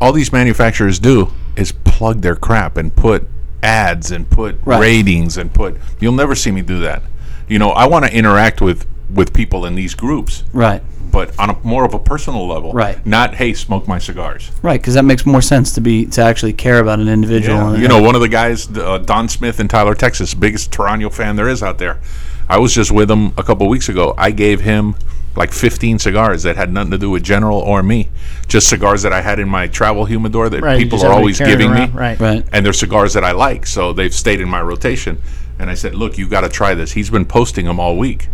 E: all these manufacturers do is plug their crap and put ads and put
D: Right.
E: ratings and put, you'll never see me do that. You know, I want to interact with, with people in these groups,
D: right
E: but on a more of a personal level.
D: Right.
E: Not, hey, smoke my cigars.
D: Right, because that makes more sense to be to actually care about an individual.
E: Yeah,
D: and-
E: you know, one of the guys, uh, Don Smith in Tyler, Texas, biggest Tarano fan there is out there. I was just with him a couple weeks ago. I gave him like 15 cigars that had nothing to do with General or me, just cigars that I had in my travel humidor that
B: Right, you
E: people
B: just
E: are
B: have to be
E: always
B: carrying
E: giving
B: around,
E: me.
B: right?
D: right?
E: And they're cigars that I like, so they've stayed in my rotation. And I said, "Look, you got to try this." He's been posting them all week.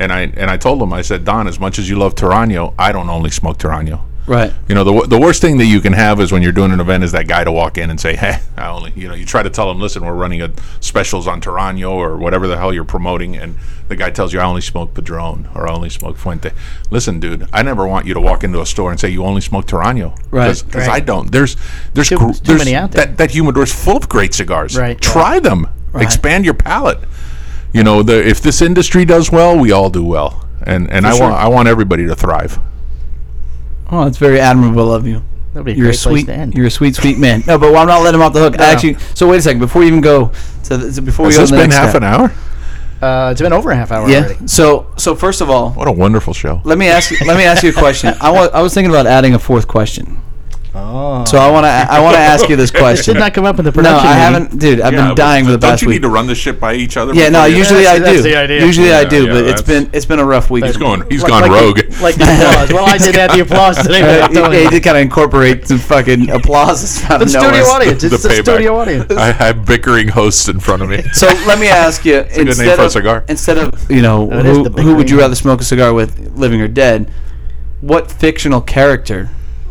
E: And I and I told him, I said, "Don, as much as you love Tarano, I don't only smoke Tarano."
D: Right.
E: You know, the, wo- the worst thing that you can have is when you're doing an event is that guy to walk in and say, hey, I only, you know, you try to tell him, listen, we're running a specials on Tarano or whatever the hell you're promoting. And the guy tells you, I only smoke Padron or I only smoke Fuente. Listen, dude, I never want you to walk into a store and say you only smoke Tarano.
D: Right.
E: Because
B: Right.
E: I don't. There's, there's,
B: Too-
E: gr-
B: too
E: there's
B: many out there.
E: That, that humidor is full of great cigars.
B: Right.
E: Try them, expand your palate. You know, the, if this industry does well, we all do well. And, and I,
D: sure.
E: want, I want everybody to thrive.
D: Oh, it's very admirable of you.
B: That'd be a
D: You're a
B: great place
D: sweet,
B: to end.
D: you're a sweet, sweet man. No, but I'm not letting him off the hook. I actually. So wait a second before you even go to the, so before
E: Has
D: we go
E: this
D: to the
E: been
D: next
E: half
D: step.
E: an hour?
B: Uh, it's been over a half hour
D: Yeah.
B: already.
D: So so first of all,
E: What a wonderful show.
D: let me ask you, let me ask you a question. I wa- I was thinking about adding a fourth question.
B: Oh,
D: So I want to I want to ask you this question.
B: did not come up in the
D: no,
B: production.
D: I
B: meeting.
D: haven't, dude. I've
E: Yeah,
D: been dying
E: but
D: for the
E: don't
D: past
E: you
D: week.
E: need to run this shit by each other?
D: yeah, no.
E: before you-
D: Usually
B: That's-
D: I
B: that's
D: do.
B: the idea.
D: Usually I
E: Yeah,
D: do,
E: yeah,
D: but it's
E: that's-
D: been it's been a rough week. Uh,
E: he's going. He's
B: Like-
E: gone
B: like
E: rogue.
B: The, like the applause. Well, I did have the applause today. but I'm
D: Uh,
B: telling
D: yeah, he
B: you.
D: did kind of incorporate some fucking applause out
B: The
D: of nowhere.
B: studio audience.
E: The
B: It's the,
E: payback.
B: studio audience.
E: I have bickering hosts in front of me.
D: So let me ask you,
E: name
D: instead
E: for a
D: of
E: cigar.
D: instead of you know
B: it is
D: who,
B: the big
D: who would you
B: green.
D: rather smoke a cigar with, living or dead? What fictional character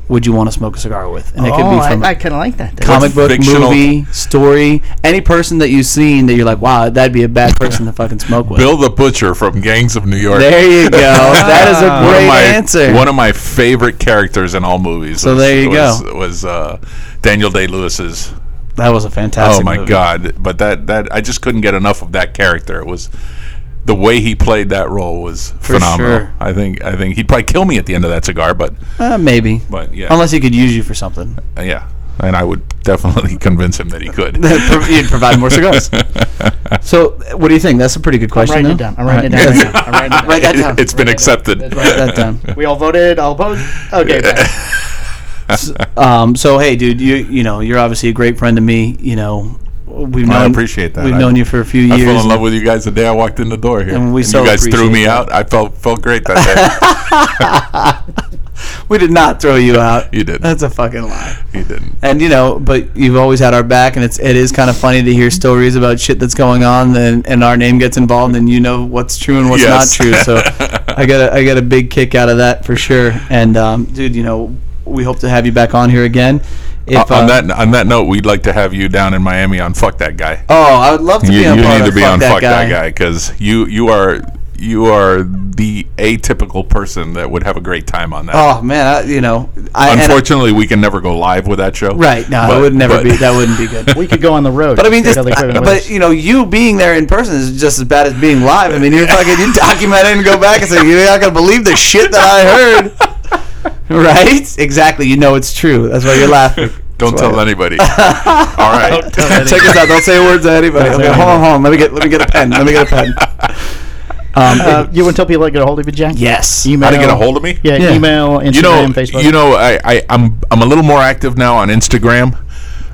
D: would you want to smoke a cigar with? And it could
B: Oh,
D: be from
B: I, I
D: a
B: kind of like that.
D: comic book,
E: fictional-
D: movie, story, any person that you've seen that you're like, wow, that'd be a bad person to fucking smoke with.
E: Bill the Butcher from Gangs of New York.
D: There you go. that is a
E: one
D: great
E: of my
D: answer.
E: one of my favorite characters in all movies. So
D: there you
E: was,
D: go.
E: Was uh, Daniel Day Lewis's.
D: that was a fantastic.
E: Oh my
D: movie.
E: god! But that that I just couldn't get enough of that character. It was the way he played that role was phenomenal.
D: sure.
E: I think I think he'd probably kill me at the end of that cigar, but
D: Uh, maybe.
E: but yeah,
D: Unless he could use you for something,
E: yeah. And I would definitely convince him that he could.
D: he'd provide more cigars. So, what do you think? That's a pretty good
B: I'm
D: question.
B: writing it
D: though.
B: down. I'm writing it down. right now. I'm writing it down.
D: Write that down.
E: It, has been accepted.
D: Write that down.
B: We all voted. All opposed. Okay. thanks.
D: Um, so hey, dude, you you know you're obviously a great friend to me. You know, we've known
E: I appreciate that.
D: We've
E: I-
D: known you for a few
E: I
D: years.
E: fell in love with you guys the day I walked in the door here.
D: And we so
E: you guys threw
D: appreciate
E: me out. I felt felt great that
D: We did not throw you out.
E: You did.
D: That's a fucking lie.
E: day. you didn't.
D: And you know, but you've always had our back, and it's it is kind of funny to hear stories about shit that's going on, and and our name gets involved, and you know what's true and what's
E: Yes.
D: not true. So I got a, I got a big kick out of that for sure. And um, dude, you know, we hope to have you back on here again. If,
E: on
D: uh,
E: that on that note, we'd like to have you down in Miami on Fuck That Guy.
D: oh, I would love to
E: you
D: be on.
E: you
D: part
E: need
D: of
E: to be
D: Fuck
E: on
D: that
E: Fuck That Guy because you you are you are the atypical person that would have a great time on that.
D: Oh man, I, you know, I and I-
E: Unfortunately, we can never go live with that show.
D: Right. No,
E: But-
D: it would never
E: but-
D: be. That wouldn't be good.
B: We could go on the road.
D: But I mean,
B: Take
D: just,
B: other equipment with
D: but
B: us.
D: you know, you being there in person is just as bad as being live. I mean, you're fucking you document it and go back and say you're not gonna believe the shit that I heard. Right? Exactly. You know it's true. That's why you're laughing.
E: Don't tell anybody. All right.
D: Check this out. Don't say a word to anybody. Okay, hold on, hold on. Let me get let me get a pen. Let me get a pen. Um,
B: uh, you want to tell people how to get a hold of you, Jack?
D: yes.
B: Email.
E: How to get a hold of me?
B: Yeah,
D: Yeah.
B: Email, Instagram,
E: you know,
B: Facebook.
E: You know, I, I, I'm I'm a little more active now on Instagram.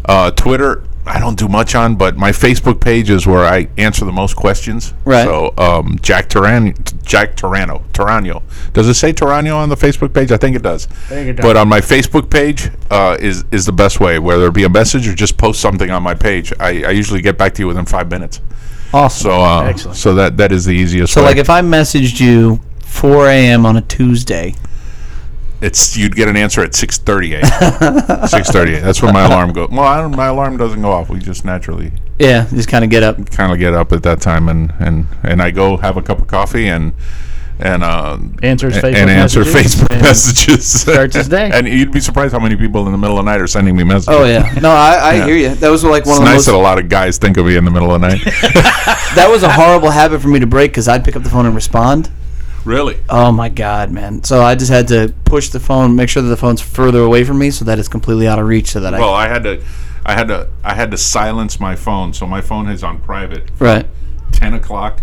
E: Uh, Twitter, I don't do much on, but my Facebook page is where I answer the most questions.
D: Right.
E: So um, Jack Taran, Jack Tarano, Tarano. Does it say Tarano on the Facebook page? I think it does.
B: think it does.
E: But on my Facebook page uh, is is the best way, whether it be a message or just post something on my page. I, I usually get back to you within five minutes.
D: Awesome.
E: So uh,
B: Excellent.
E: so that that is the easiest.
D: So,
E: way.
D: like, if I messaged you 4 a.m. on a Tuesday,
E: it's you'd get an answer at 6:38. 6:38. That's when my alarm goes. Well, I don't, my alarm doesn't go off. We just naturally
D: yeah, just kind of get up.
E: kind of get up at that time and and and I go have a cup of coffee and and uh,
B: Answers
E: a-
B: Facebook
E: and answer
B: messages
E: Facebook
B: and
E: messages.
B: starts his day.
E: and you'd be surprised how many people in the middle of the night are sending me messages.
D: Oh yeah, no, I, I hear you. That was like one
E: It's
D: of the
E: nice that
D: most.
E: a lot of guys think of me in the middle of the night.
D: That was a horrible habit for me to break because I'd pick up the phone and respond.
E: really?
D: Oh my god, man! So I just had to push the phone, make sure that the phone's further away from me, so that it's completely out of reach, so that Oh, I
E: Well, I had to, I had to, I had to silence my phone. So my phone is on private.
D: right.
E: 10 o'clock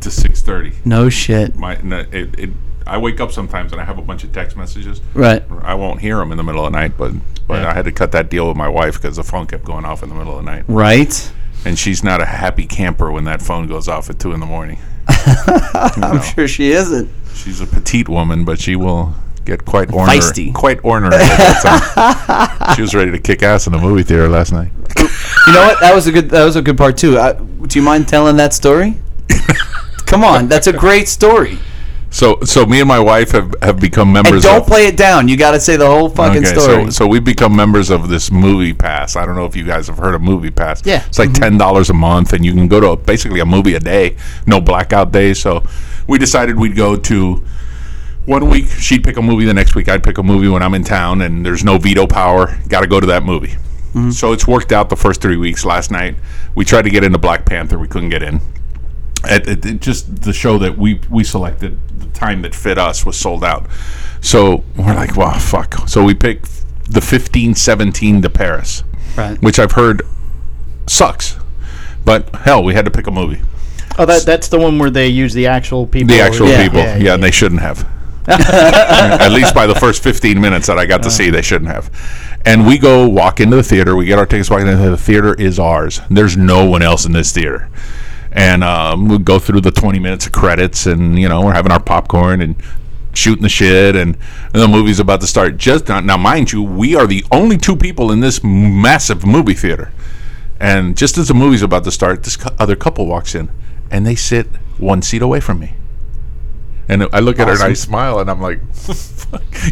E: to 6:30.
D: No shit.
E: My no, it, it, I wake up sometimes and I have a bunch of text messages.
D: Right.
E: I won't hear them in the middle of the night, but but I had to cut that deal with my wife because the phone kept going off in the middle of the night,
D: Right.
E: and she's not a happy camper when that phone goes off at two in the morning.
D: I'm sure she isn't.
E: She's a petite woman, but she will get quite ornery.
D: Feisty.
E: Quite ornery. At that time. she was ready to kick ass in the movie theater last night.
D: You know what? That was a good. That was a good part too. I, do you mind telling that story? Come on, that's a great story.
E: So so me and my wife have, have become members.
D: And don't
E: of,
D: play it down. You got to say the whole fucking story.
E: So, so we've become members of this movie pass. I don't know if you guys have heard of movie pass.
B: Yeah.
E: It's
D: Mm-hmm.
E: like ten dollars a month and you can go to basically a movie a day, no blackout days. So we decided we'd go to one week she'd pick a movie the next week I'd pick a movie when I'm in town and there's no veto power. Gotta go to that movie.
D: Mm-hmm.
E: So it's worked out the first three weeks. Last night we tried to get into Black Panther, we couldn't get in at, at, at just the show that we we selected the time that fit us was sold out so we're like wow fuck so we picked the 1517 to paris
D: Right.
E: which i've heard sucks but hell we had to pick a movie
B: Oh, that, that's the one where they use the actual people.
E: the actual
D: Yeah.
E: people
B: Yeah,
E: yeah,
B: yeah,
E: and they shouldn't have at least by the first 15 minutes that i got to see they shouldn't have and we go walk into the theater we get our tickets walking into the theater is ours there's no one else in this theater and um, we go through the 20 minutes of credits and you know we're having our popcorn and shooting the shit and, and the movie's about to start just now, now mind you we are the only two people in this massive movie theater and just as the movie's about to start this cou- other couple walks in and they sit one seat away from me and I look at her and I smile and I'm like,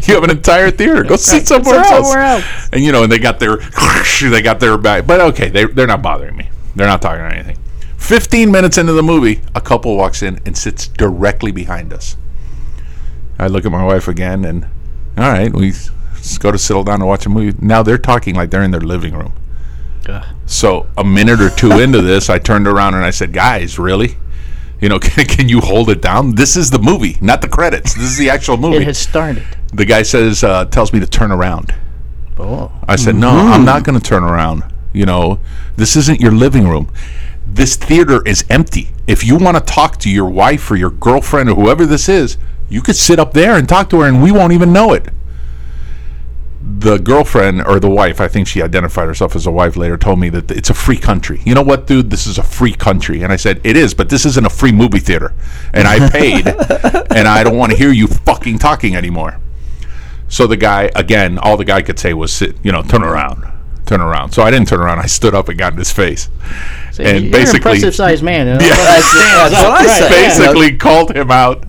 E: "You have an entire theater. Go sit somewhere,
B: somewhere
E: else. And you know, and they got their, they got their back. But okay, they they're not bothering me. They're not talking or anything. Fifteen minutes into the movie, a couple walks in and sits directly behind us. I look at my wife again and, all right, we s- s- go to settle down to watch a movie. Now they're talking like they're in their living room. So a minute or two into this, I turned around and I said, "Guys, really? You know, can, can you hold it down? This is the movie, not the credits. This is the actual
B: It
E: movie."
B: has started.
E: the guy says, uh, tells me to turn around.
B: Oh.
E: I said, "No, I'm not going to turn around. You know, this isn't your living room. This theater is empty. If you want to talk to your wife or your girlfriend or whoever this is, you could sit up there and talk to her, and we won't even know it." The girlfriend or the wife, I think she identified herself as a wife later, told me that it's a free country. You know what, dude? This is a free country. And I said, It is, but this isn't a free movie theater. And I paid, and I don't want to hear you fucking talking anymore. So the guy, again, all the guy could say was, sit, you know, turn around, turn around. So I didn't turn around. I stood up and got in his face. and
B: You're an
E: basically,
B: impressive sized man. you know?
E: Yeah.
D: that's, that's what I
B: Right,
D: said.
E: basically called him out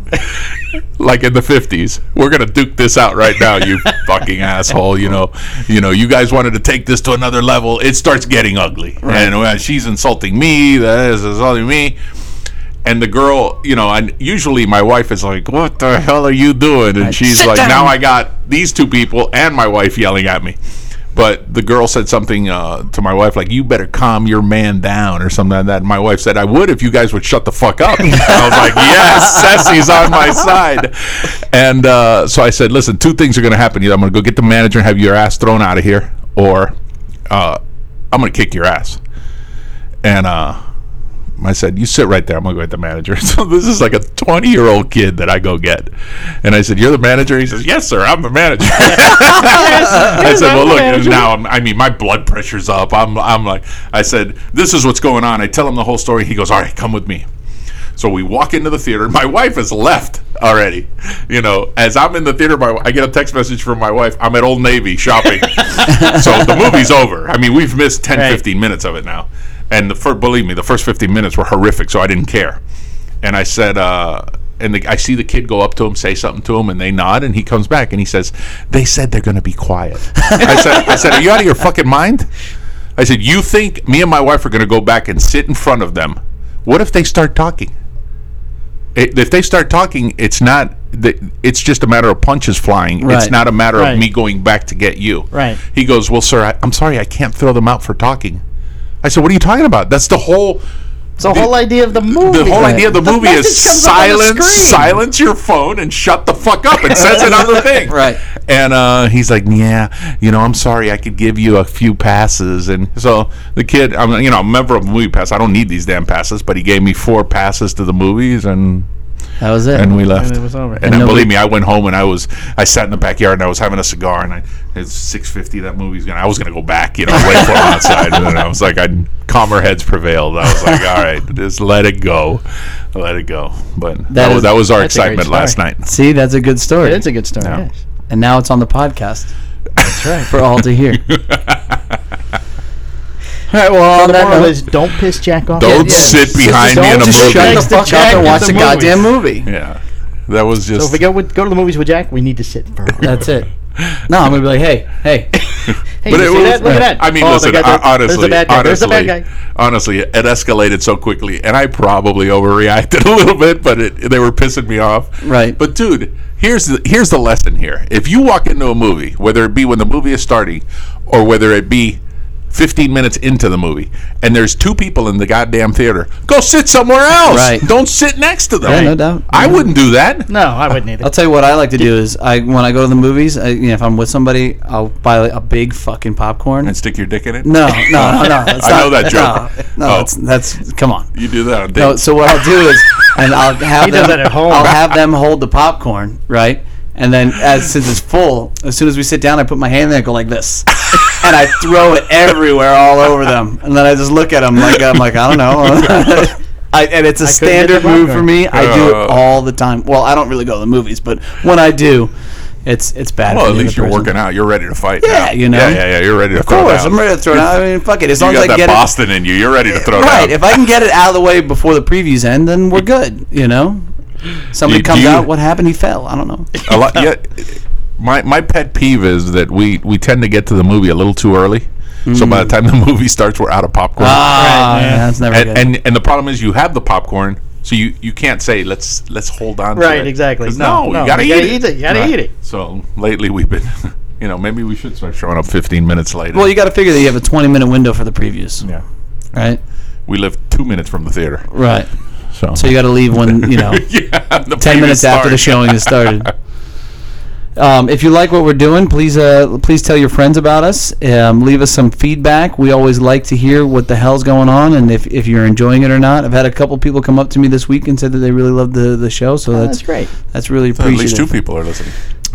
E: like in the 50s. We're going to duke this out right now, you fucking asshole. You know, you know, you guys wanted to take this to another level. It starts getting ugly. And uh, she's insulting me. That is insulting me. And the girl, you know, and usually my wife is like, "What the hell are you doing?" And she's
D: "Sit
E: like,
D: down."
E: "Now I got these two people and my wife yelling at me." But the girl said something uh, to my wife like, "You better calm your man down" or something like that. And my wife said, "I would if you guys would shut the fuck up." And I was like, "Yes, Sassy's on my side." And uh, so I said, "Listen, two things are going to happen. Either I'm going to go get the manager and have your ass thrown out of here, or uh, I'm going to kick your ass." And uh, I said, "You sit right there. I'm gonna go get the manager." So this is like a 20 year old kid that I go get, and I said, "You're the manager." He says, "Yes, sir. I'm the manager." I said, "Well, look. and Now, I'm, I mean, my blood pressure's up. I'm, I'm like, I said, this is what's going on." I tell him the whole story. He goes, "All right, come with me." So we walk into the theater. My wife has left already. You know, as I'm in the theater, my, I get a text message from my wife. I'm at Old Navy shopping. so the movie's over. I mean, we've missed 10, 15 minutes of it now. And the fir- believe me, the first 15 minutes were horrific, so I didn't care. And I said, uh, and the, I see the kid go up to him, say something to him, and they nod, and he comes back and he says, They said they're going to be quiet. I, said, I said, Are you out of your fucking mind? I said, You think me and my wife are going to go back and sit in front of them? What if they start talking? it, if they start talking, it's not. th- It's just a matter of punches flying. It's
D: Right.
E: not a matter
B: Right.
E: of me going back to get you.
B: Right.
E: He goes, "Well, sir, I, I'm sorry, I can't throw them out for talking." I said, "What are you talking about? That's the whole
B: It's the whole idea of the movie.
E: the whole idea of the, movie is
B: message comes up on the
E: silence,
B: screen.
E: silence your phone and shut the fuck up. It says it on the thing.
D: Right.
E: And uh, he's like, yeah, you know, I'm sorry, I could give you a few passes. And so the kid, I'm, you know, I'm a member of a movie pass. I don't need these damn passes, but he gave me four passes to the movies and
D: That was it.
E: and we left.
B: And it was over.
E: And,
B: And
E: then,
D: nobody-
E: believe me, I went home and I was I sat in the backyard and I was having a cigar and I it's six fifty. That movie's gonna. I was gonna go back, you know, wait for him outside. And then I was like, I calmer heads prevailed. I was like, all right, just let it go, let it go. But that,
D: That
E: was
D: is-
E: that was our
B: that's a great
E: excitement last
B: story.
E: night.
D: See, that's a good story.
B: It is a good story.
E: Yeah.
B: yes.
D: and now it's on the podcast. That's right. For all to hear. all right. Well,
B: So
D: on
B: the
D: that
B: moral
D: note-
B: is don't piss Jack off.
E: Don't
D: yeah.
E: sit behind me
D: Don't
E: in a
D: just
E: movie.
D: Shut the
B: Next to
D: fuck
B: Jack
D: up
B: in
D: and watch
B: the
D: the,
B: movie.
D: goddamn movie.
E: Yeah, that was
B: So if
E: just.
B: we go with go to the movies with Jack, we need to sit for. hey,
D: That's it. No, I'm gonna be like, hey, hey.
B: you
E: it
B: see
E: was-
B: that? Look at that.
E: I mean,
B: Oh, the
E: listen.
B: guy-
E: I- honestly,
B: there's the bad guy.
E: honestly,
B: There's the bad guy.
E: honestly, it escalated so quickly, and I probably overreacted a little bit, but it, they were pissing me off.
D: Right.
E: But dude, here's the here's the lesson here. If you walk into a movie, whether it be when the movie is starting, or whether it be 15 minutes into the movie, and there's two people in the goddamn theater, go sit somewhere else.
D: Right.
E: Don't sit next to them.
D: Yeah, no doubt.
E: I wouldn't do that.
B: No, I wouldn't either.
D: I'll tell you what I like to do is I when I go to the movies, I, you know, if I'm with somebody, I'll buy like, a big fucking popcorn.
E: And stick your dick in it.
D: no, no, no, no. That's
E: I
D: not,
E: know that joke.
D: No,
E: Oh.
D: no it's, that's come on.
E: You do that. On
D: No,
E: dates.
D: so what I'll do is, and I'll have
B: He
D: them.
B: does that at home.
D: I'll have them hold the popcorn, right? And then, as since it's full, as soon as we sit down, I put my hand there and go like this, and I throw it everywhere, all over them. And then I just look at them like I'm like I don't know. I, and it's a standard
B: the
D: move for
B: popcorn.
D: me. I do
E: Uh.
D: it all the time. Well, I don't really go to the movies, but when I do, it's it's bad.
E: well,
D: for
E: at
D: the other
E: least you're
D: person.
E: working out. You're ready to fight.
D: Yeah,
E: now.
D: you know.
E: Yeah, yeah, yeah. You're ready to
D: Of
E: throw
D: course,
E: down.
D: I'm ready to throw it out. I mean, fuck it. As long
E: you
D: as I
E: got that
D: get it,
E: Boston in you. You're ready to throw
D: right.
E: down.
D: If I can get it out of the way before the previews end, then we're good. You know, somebody
E: You- do
D: comes
E: you-
D: out. What happened? He fell. I don't know.
E: a lot, yeah, my my pet peeve is that we we tend to get to the movie a little too early. So by the time the movie starts, we're out of popcorn.
D: Mm. Ah, yeah, that's never
E: and,
D: good.
E: and and the problem is you have the popcorn, so you, you can't say let's let's hold on. to
B: Right,
E: it."
B: exactly.
E: 'Cause
B: No,
E: No,
B: no,
E: you gotta,
B: you gotta
E: eat,
B: eat it, you gotta eat it.
E: So lately we've been, you know, maybe we should start showing up 15 minutes later.
D: well, you got to figure that you have a 20 minute window for the previews,
E: yeah,
D: right?
E: we live two minutes from the theater,
D: Right.
E: so.
D: So you got to leave when you know
E: yeah, the
D: 10
E: preview
D: minutes after the
E: starts.
D: showing has started. Um, if you like what we're doing, please uh, please tell your friends about us. Um, leave us some feedback. We always like to hear what the hell's going on and if, if you're enjoying it or not. I've had a couple people come up to me this week and said that they really love the, the show, so
B: Oh,
D: that's
B: that's great.
D: That's really
E: At
D: appreciative.
E: least two people are listening.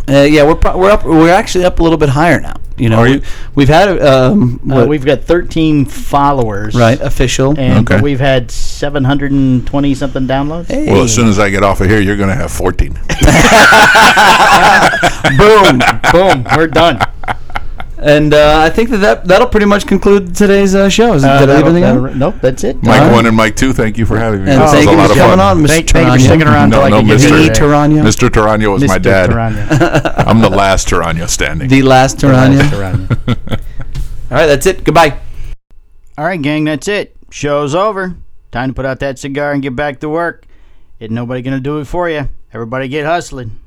D: Uh, yeah, we're pro- we're up. We're actually up a little bit higher now. You know,
E: Are
D: we,
E: you?
D: we've had um,
B: Uh,
D: what-
B: we've got 13 followers.
D: right official.
B: And
E: Okay.
B: we've had 720 something downloads.
D: Hey,
E: Well, as soon as I get off of here, you're going to have 14.
D: boom!
B: Boom. We're done.
D: and uh, I think that, that that'll pretty much conclude today's uh, show. Is,
B: Uh,
D: did I leave
B: that'll-
D: anything
B: that'll-
D: out?
B: Nope, that's it.
E: Mike
D: right.
E: one and Mike two, thank you for having me.
D: And
E: This Oh. was
D: thank
E: a
D: you
E: lot
D: for
E: of
D: coming
E: fun.
D: on, Mr.
B: Thank, thank you for
D: Tarania.
B: sticking around
E: No,
B: till I
E: no,
B: could get
E: Mr.
B: here
D: Mr.
B: today.
D: Tarania,
E: Mr. Tarano was my
B: Mr.
E: dad.
B: Tarania.
E: I'm the last Tarano standing.
D: the last Tarania.
B: Tarania.
D: All right, that's it. Goodbye.
B: All right, gang, that's it. Show's over. Time to put out that cigar and get back to work. Ain't nobody gonna do it for you. Everybody get hustling.